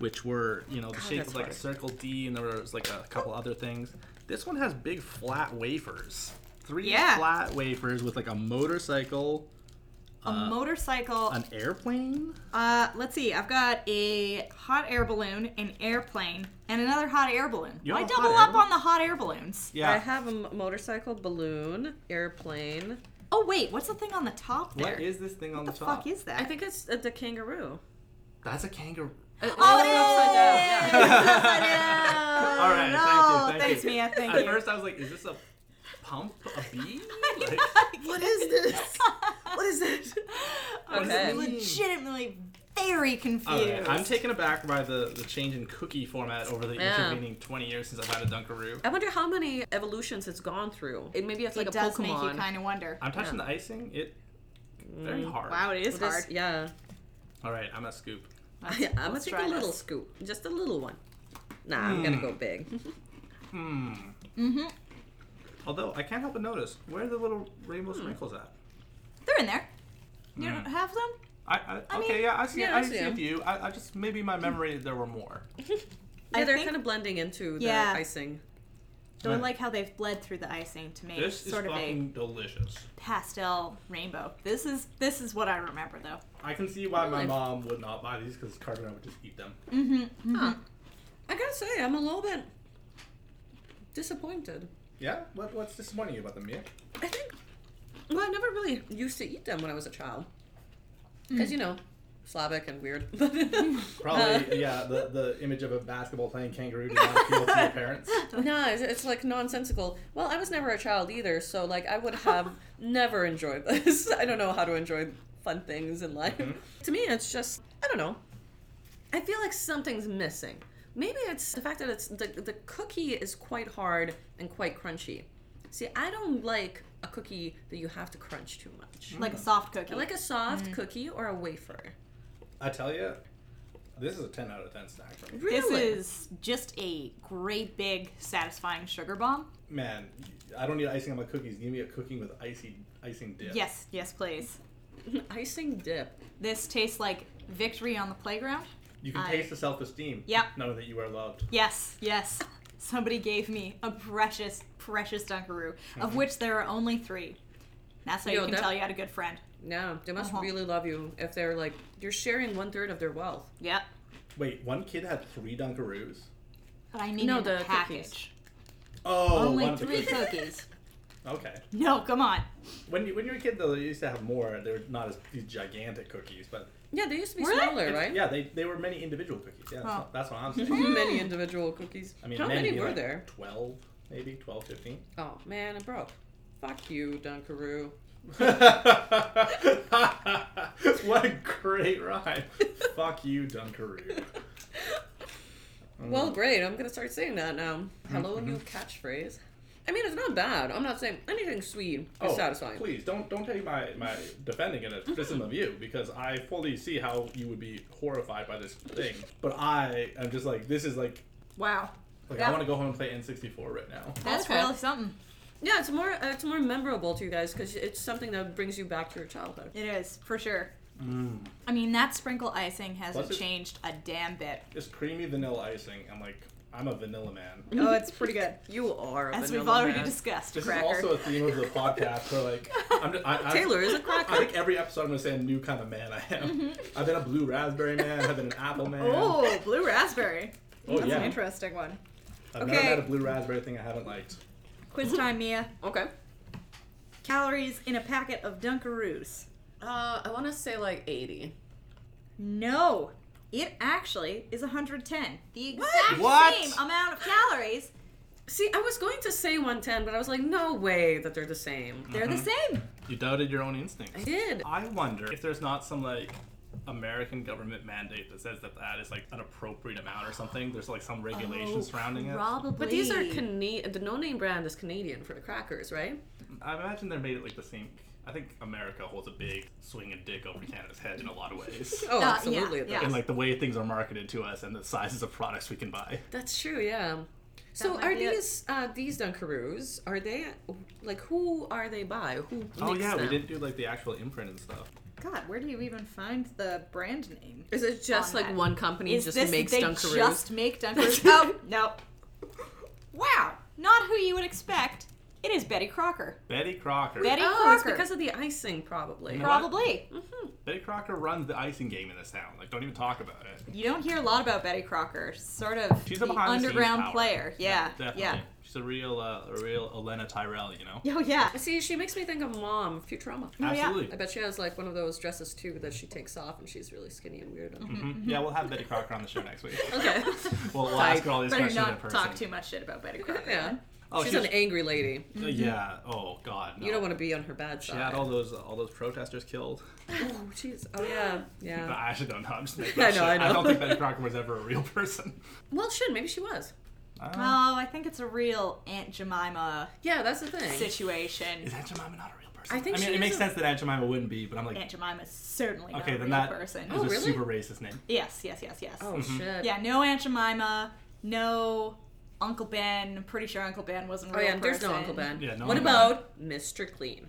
which were you know the shape that's of like hard. a circle D, and there was like a couple other things. This one has big flat wafers. Three Yeah. flat wafers with like a motorcycle, a motorcycle. uh, an airplane. Uh, let's see. I've got a hot air balloon, an airplane, and another hot air balloon. You Why have a hot double air up balloon? on the hot air balloons? Yeah. I have a m- motorcycle, balloon, airplane. Oh wait, what's the thing on the top there? What is this thing on what the the top? fuck is that? I think it's uh, the kangaroo. That's a kangaroo. oh, it it's is. upside down, yeah. It's upside down. All right, No, thank you, thank thanks, you. Mia. Thank At you. first, I was like, "Is this a pump? A bee? Like, what is this? What is that? I'm does it mean? legitimately very all confused. right, I'm taken aback by the, the change in cookie format over the Yeah. intervening 20 years since I've had a Dunkaroo. I wonder how many evolutions it's gone through. It maybe it's like it a does Pokemon. make you kind of wonder. I'm touching the icing. It very hard. Mm, Wow, it is It is- hard. yeah. All right, I'm gonna scoop. Let's- Yeah, I'm gonna let's take try a this. little scoop, just a little one. Nah, I'm gonna go big. Hmm. Mhm. Although I can't help but notice where are the little rainbow Hmm. sprinkles at. They're in there. You Mm. don't have them? I, I mean, okay, yeah, I see. yeah, I I see see a 'em. few. I, I just maybe Hmm. my memory there were more. Yeah, I they're think- kind of blending into the Yeah. icing. Though I Right. like how they've bled through the icing to make This is sort of a fucking delicious. pastel rainbow. This is this is what I remember though. I can see why my Really? Hmm. mom would not buy these because Carter and I would just eat them. Huh. I gotta say I'm a little bit disappointed. Yeah? What, what's disappointing you about them, Mia? I think. Well, I never really used to eat them when I was a child, Hmm. because you know, Slavic and weird. Probably, Uh, yeah, the, the image of a basketball playing kangaroo did not appeal to your parents. No, it's, it's like nonsensical. Well, I was never a child either, so like I would have never enjoyed this. I don't know how to enjoy fun things in life. Mhm. To me, it's just I don't know. I feel like something's missing. Maybe it's the fact that it's the the cookie is quite hard and quite crunchy. See, I don't like a cookie that you have to crunch too much. Like Mm. a soft cookie. I like a soft Mm. cookie or a wafer. I tell you, this is a 10 out of 10 snack for me. Really? this is just a great big satisfying sugar bomb. Man, I don't need icing on my cookies. Give me a cooking with icy icing dip. Yes, yes, please. icing dip. This tastes like victory on the playground. You can I- taste the self esteem. Yep. Knowing that you are loved. Yes, yes. Somebody gave me a precious, precious Dunkaroo, of which there are only three. That's how you Yo, can that- tell you had a good friend. No, they must Uh-huh. really love you if they're like you're sharing one third of their wealth. Yep. Wait, one kid had three Dunkaroos? But I need No, a the package. Oh, Only one of the three cookies. cookies. Okay. No, come on. When you when you were a kid though, they used to have more. They were not as these gigantic cookies, but Yeah, they used to be Were they? smaller, right? yeah, they, they were many individual cookies. Yeah, that's, Oh. what- that's what I'm saying. many individual cookies. I mean, How many be were like there? Twelve, maybe 12, 15. Oh man, I broke. Fuck you, Dunkaroo. what a great rhyme! Fuck you, Dunkaroo. Oh. Well, great. I'm gonna start saying that now. Mm-hmm. Hello, new catchphrase. I mean, it's not bad. I'm not saying anything sweet is Oh, satisfying. please don't don't take my my defending in a criticism of you because I fully see how you would be horrified by this thing. But I am just like this is like Wow. like I Yeah. want to go home and play N64 right now. That's Okay. really something. Yeah, it's more uh, it's more memorable to you guys because it's something that brings you back to your childhood. It is, for sure. I mean, that sprinkle icing hasn't Mm. Plus it- changed a damn bit. It's creamy vanilla icing. I'm like I'm a vanilla man. Oh, it's pretty good. You are a As we've vanilla already man. discussed, This Cracker. is also a theme of the podcast where like I'm I, I, Taylor is a I cracker. think every episode I'm gonna say a new kind of man I am. I've been a blue raspberry man. I've been an apple man. Oh, blue raspberry. Oh, That's yeah. an interesting one. I've never okay. had a blue raspberry thing I haven't liked. Quiz Mm-hmm. time, Mia. okay. Calories in a packet of Dunkaroos. Uh, I want to say like 80. No, it actually is 110. The exact What? same amount of calories. See, I was going to say 110, but I was like, no way that they're the same. They're the Uh-huh. same. You doubted your own I instincts. did. I wonder if there's not some like American government mandate that says that that is like an appropriate amount or something. There's like some regulation Oh, surrounding it. Probably. But these are Canadian. The no-name brand is Canadian for the crackers, right? I imagine they made it like the same. I think America holds a big swing and dick over Canada's head in a lot of ways. Oh, Uh, yeah, absolutely. it yeah. does. And like the way things are marketed to us and the sizes of products we can buy. That's true. Yeah. So might are be it. these uh, these Dunkaroos? Are they like who are they by? Who makes Oh yeah, them? we didn't do like the actual imprint and stuff. God, where do you even find the brand name? Is it just on like that. one company Is just this makes they Dunkaroos? just make Dunkaroos? oh no! Wow, not who you would expect. It is Betty Crocker. Betty Crocker. Betty Oh, it's Crocker. because of the icing, probably. No. Probably. Betty Crocker runs the icing game in this town. Like, don't even talk about it. You don't hear a lot about Betty Crocker. Sort of She's the a behind underground the scenes player. Yeah, yeah. definitely. She's a real, uh, a real Elena Tyrell. You know. Oh yeah. See, she makes me think of Mom, Futurama. yeah. Absolutely. I bet she has like one of those dresses too that she takes off, and she's really skinny and weird. Mhm. Yeah, we'll have Betty Crocker on the show next week. Okay. We'll, we'll ask Tight. her all these Better questions in not person. talk too much shit about Betty Crocker. yeah. Uh-huh. then. oh, she's she an was- angry lady. uh, yeah. Oh God. No. You don't want to be on her bad She side. had all those, all those protesters killed. Oh, jeez. Oh, yeah. But Yeah. I actually don't know. I'm just making I that know, shit. I know. don't think Betty Crocker was ever a real person. Well, shit, maybe she was. Uh, Oh, I think it's a real Aunt Jemima Yeah, that's the thing. situation. is Aunt Jemima not a real person? I think I mean, she it makes is a- Eh, sense that Aunt Jemima wouldn't be, but I'm like, Aunt Jemima's certainly not okay, a real then that is person. Oh, a really? super racist name. Yes, yes, yes, yes. Oh, shit. Yeah, no Aunt Jemima, no Uncle Ben. Pretty sure Uncle Ben wasn't a Oh, real yeah, there's no person. Uncle Ben. Yeah, no what Uncle about Mr. Clean?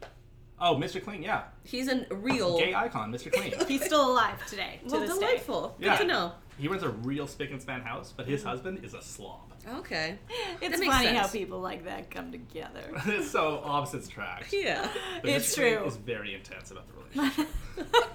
Oh, Mr. Clean, yeah. He's a real. Gay icon, Mr. Clean. He's still alive today. To well, this delightful. Yeah. Good to know. he runs a real spick and span house, but Mm-hmm. his husband is a slob. Okay. Day. It's makes funny how sense. people like that come together. it's so opposites attract. Yeah. But it's Mr. Clean true. Is very intense about the relationship.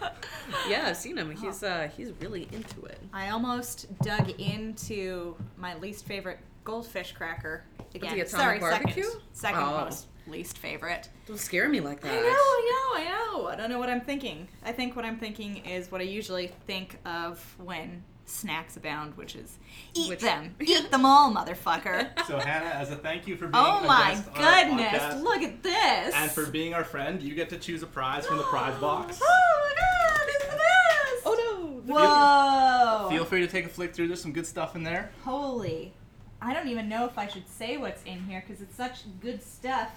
Yeah, I've seen him. He's uh, he's really into it. I almost dug into my least favorite goldfish cracker again. The atomic Sorry, barbecue? second, second Oh. most least favorite. Don't scare me like I that. know, I know, I know. I don't know what I'm thinking. I think what I'm thinking is what I usually think of when snacks abound, which is eat Which- them, eat them all, motherfucker. So Hannah, as a thank you for being oh a my guest on our goodness! podcast Look at this. and for being our friend, you get to choose a prize from the prize box. Oh my god! It's the best. Oh no. Whoa! Feel free to take a flick through. There's some good stuff in there. Holy. I don't even know if I should say what's in here because it's such good stuff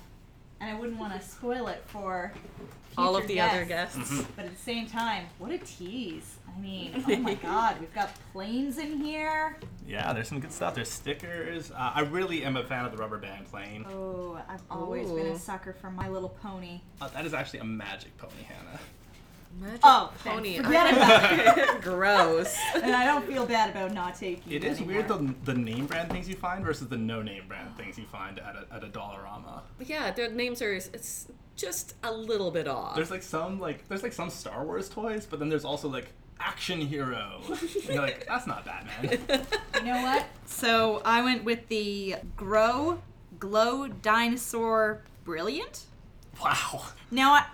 and I wouldn't want to spoil it for All of the future other guests. But at the same time, what a tease. I mean, oh my god, we've got planes in here. Yeah, there's some good stuff. There's stickers. Uh, I really am a fan of the rubber band plane. Oh, I've always been a Ooh. sucker for My Little Pony. Uh, that is actually a magic pony, Hannah. Magic Oh, then pony. forget about Gross. And I don't feel bad about not taking It is anymore. weird the, the name brand things you find versus the no name brand things you find at a, at a Dollarama. yeah, their names are it's just a little bit off. There's like some like there's like some Star Wars toys, but then there's also like action hero. And you're like that's not Batman. You know what? So I went with the Grow Glow Dinosaur Brilliant. Wow, Now I.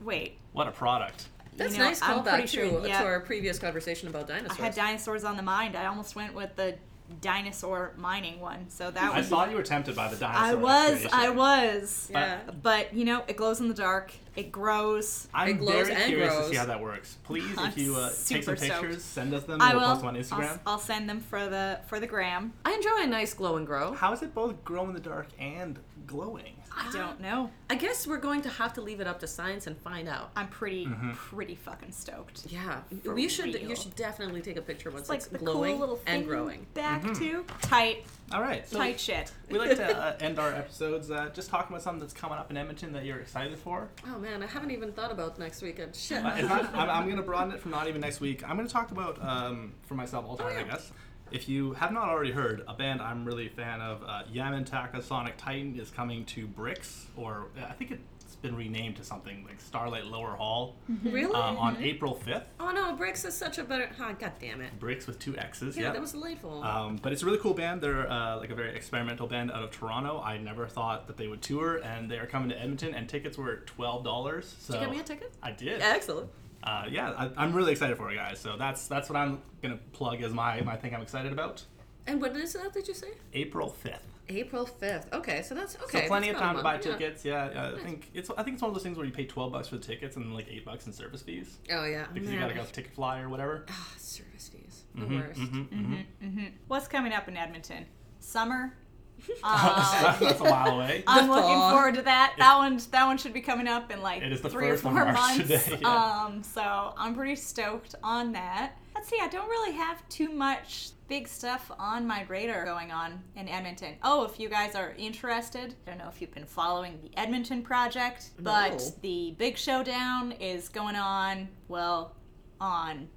Wait. what a product. That's You know, nice I'm callback pretty sure- to, yeah. to our previous conversation about I dinosaurs. had dinosaurs on the mind. I almost went with the dinosaur mining one. So that I was. saw you were tempted by the dinosaur. I was. creation. I was. yeah. But you know, it glows in the dark. It grows. I'm It glows very and curious to grows. see how that works. Please, I'm if you uh, take some super stoked. pictures, send us them. I we'll will. post them on I'll- Instagram. I'll, send them for the for the gram. I enjoy a nice glow and grow. How is it both grow in the dark and glowing? I don't know. I guess we're going to have to leave it up to science and find out. I'm pretty Mm-hmm. pretty fucking stoked. Yeah, For we should. real. You should definitely take a picture once It's like it's, the cool glowing little thing and growing. back Mm-hmm. to tight All right, so tight shit. we like to uh, end our episodes uh, just talking about something that's coming up in Edmonton that you're excited for. Oh man, I haven't even thought about next weekend. Shit. Uh, if I'm, I'm, I'm going to broaden it from not even next week. I'm going to talk about, um, for myself all the Oh, time, I yeah. guess. If you have not already heard, a band I'm really a fan of, uh, Yaman Taka Sonic Titan, is coming to Bricks, or uh, I think it's been renamed to something like Starlight Lower Hall, really? uh, on April 5th. oh no, Bricks is such a better. Ah, God damn it. Bricks with two X's, Yeah, yeah. that was delightful. Um, but it's a really cool band. They're uh, like a very experimental band out of Toronto. I never thought that they would tour, and they are coming to Edmonton. And tickets were twelve dollars. So Did you get me a ticket? I did. Excellent. Uh, yeah, I, I'm really excited for it, guys. So that's that's what I'm gonna plug as my my thing. I'm excited about And when is that? Did you say? April fifth. April fifth. Okay, so that's okay. so plenty of that's about time a to buy month, yeah. tickets. Yeah, yeah I think it's I think it's one of those things where you pay twelve bucks for the tickets and like eight bucks in service fees Oh yeah. because you Man. gotta go ticket fly or whatever. Ah, service fees. The Mhm, worst. mhm, mhm. Mm-hmm. What's coming up in Edmonton? Summer. Um, That's- that's a mile away. I'm looking thaw. forward to that. That one, that one should be coming up in like It is the three or first four of March months. today, yeah. Um, so I'm pretty stoked on that. Let's see. I don't really have too much big stuff on my radar going on in Edmonton. Oh, if you guys are interested, I don't know if you've been following the Edmonton project, but No. the big showdown is going on. Well, on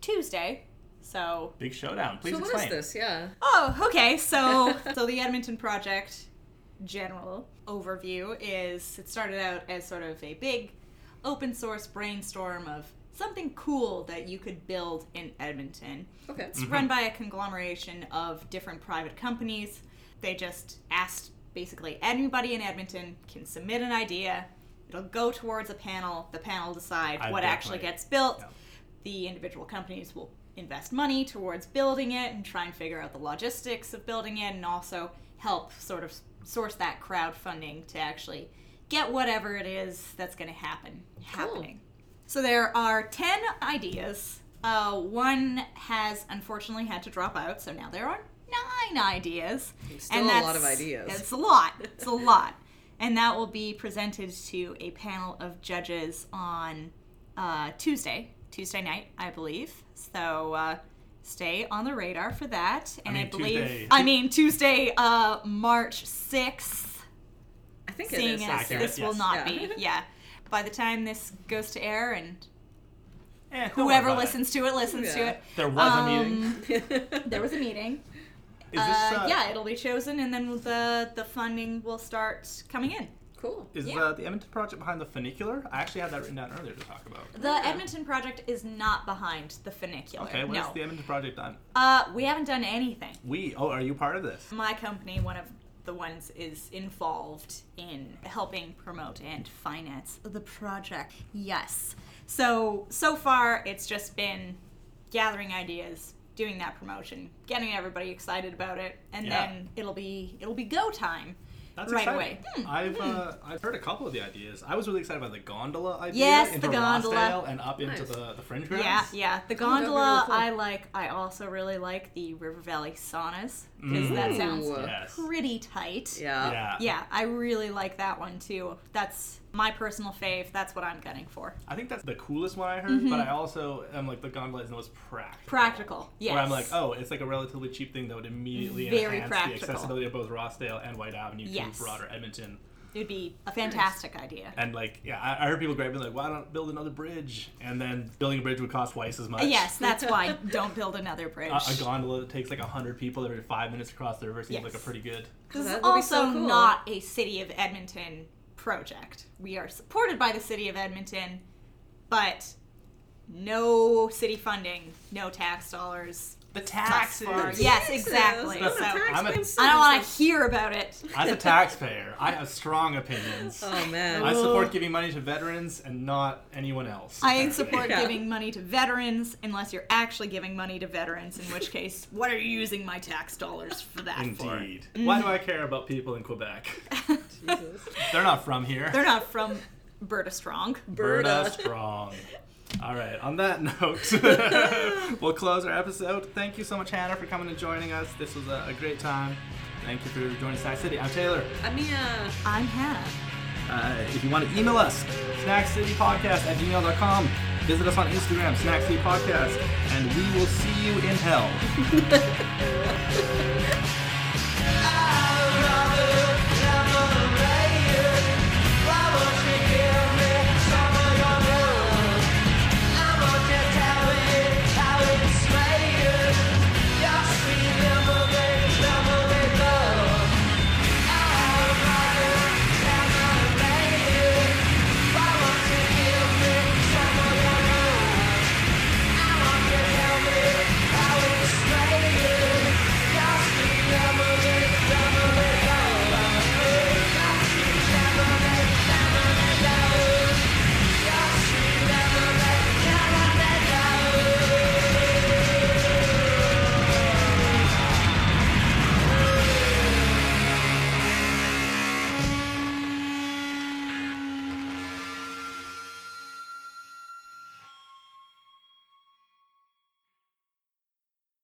Tuesday. So Big showdown. Please so explain. what is this? Yeah. Oh, okay. So, so the Edmonton project general overview is it started out as sort of a big open source brainstorm of something cool that you could build in Edmonton. Okay. Mm. It's run by a conglomeration of different private companies. They just asked basically anybody in Edmonton can submit an idea. It'll go towards a panel. The panel decide I what actually definitely- gets built. yeah. The individual companies will invest money towards building it and try and figure out the logistics of building it and also help sort of source that crowdfunding to actually get whatever it is that's going to happen happening. So there are 10 ideas. Uh, one has unfortunately had to drop out, so now there are nine ideas. Still a lot of ideas. It's a lot. It's a lot. And that will be presented to a panel of judges on uh, Tuesday, Tuesday night, I believe. So uh, stay on the radar for that. And I, mean, believe, Tuesday. I mean, Tuesday, uh, March 6th I think it seeing is. as yeah. accurate, this will yes. not Yeah. be. Yeah. by the time this goes to air and Eh, don't worry whoever about it. listens to it listens to Yeah. it. There was a Um, meeting. There was a meeting. Is this, uh, uh, yeah, it'll be chosen, and then the the funding will start coming in. cool. Is yeah. the, the Edmonton project behind the funicular? I actually had that written down earlier to talk about. The Yeah. Edmonton project is not behind the funicular. Okay, what no, has the Edmonton project done? uh, we haven't done anything. We, oh, are you part of this? My company, one of the ones, is involved in helping promote and finance the project. Yes. So so far, it's just been gathering ideas, doing that promotion, getting everybody excited about it, and Yeah. then it'll be it'll be go time. That's Right exciting. away. Hmm, I've uh, I've heard a couple of the ideas. I was really excited about the gondola idea Yes, into the gondola. Rossdale and up into Nice. the, the fringe grounds. Yeah, yeah. The Oh, that'd be gondola really cool. I like. I also really like the River Valley saunas because that Mm. sounds Ooh. Yes. pretty tight. Yeah. yeah. Yeah, I really like that one too. That's my personal fave. That's what I'm gunning for. I think that's the coolest one I heard, but I also am like the gondola is the most practical. Mm-hmm. Practical, Where yes. I'm like, oh, it's like a relatively cheap thing that would immediately Very enhance practical. the accessibility of both Rossdale and White Avenue Yes. to broader Edmonton. It'd be a fantastic idea. And like, yeah, I, I heard people griping like, why don't build another bridge? And then building a bridge would cost twice as much. Yes, that's why don't build another bridge. A, Uh, a gondola that takes like hundred people every five minutes across the river seems Yes. like a pretty good. this is That would be so also cool. not a City of Edmonton project. We are supported by the City of Edmonton, but no city funding, no tax dollars. The taxes. Yes, exactly. Taxes. So- I'm a- Tax I don't want to hear about it. As a taxpayer, I have strong opinions. Oh man. I support giving money to veterans and not anyone else. I apparently. support Yeah. giving money to veterans unless you're actually giving money to veterans, in which case, what are you using my tax dollars for that for? Mm-hmm. Indeed. Why do I care about people in Quebec? Jesus. They're not from here. They're not from Berta Strong. Berta Strong. All right, on that note, we'll close our episode. Thank you so much, Hannah, for coming and joining us. This was a, a great time. Thank you for joining Snack City. I'm Taylor. I mean, uh, I'm Hannah. Uh, if you want to email us, snackcitypodcast at gmail.com. Visit us on Instagram, Snack City Podcast, and we will see you in hell.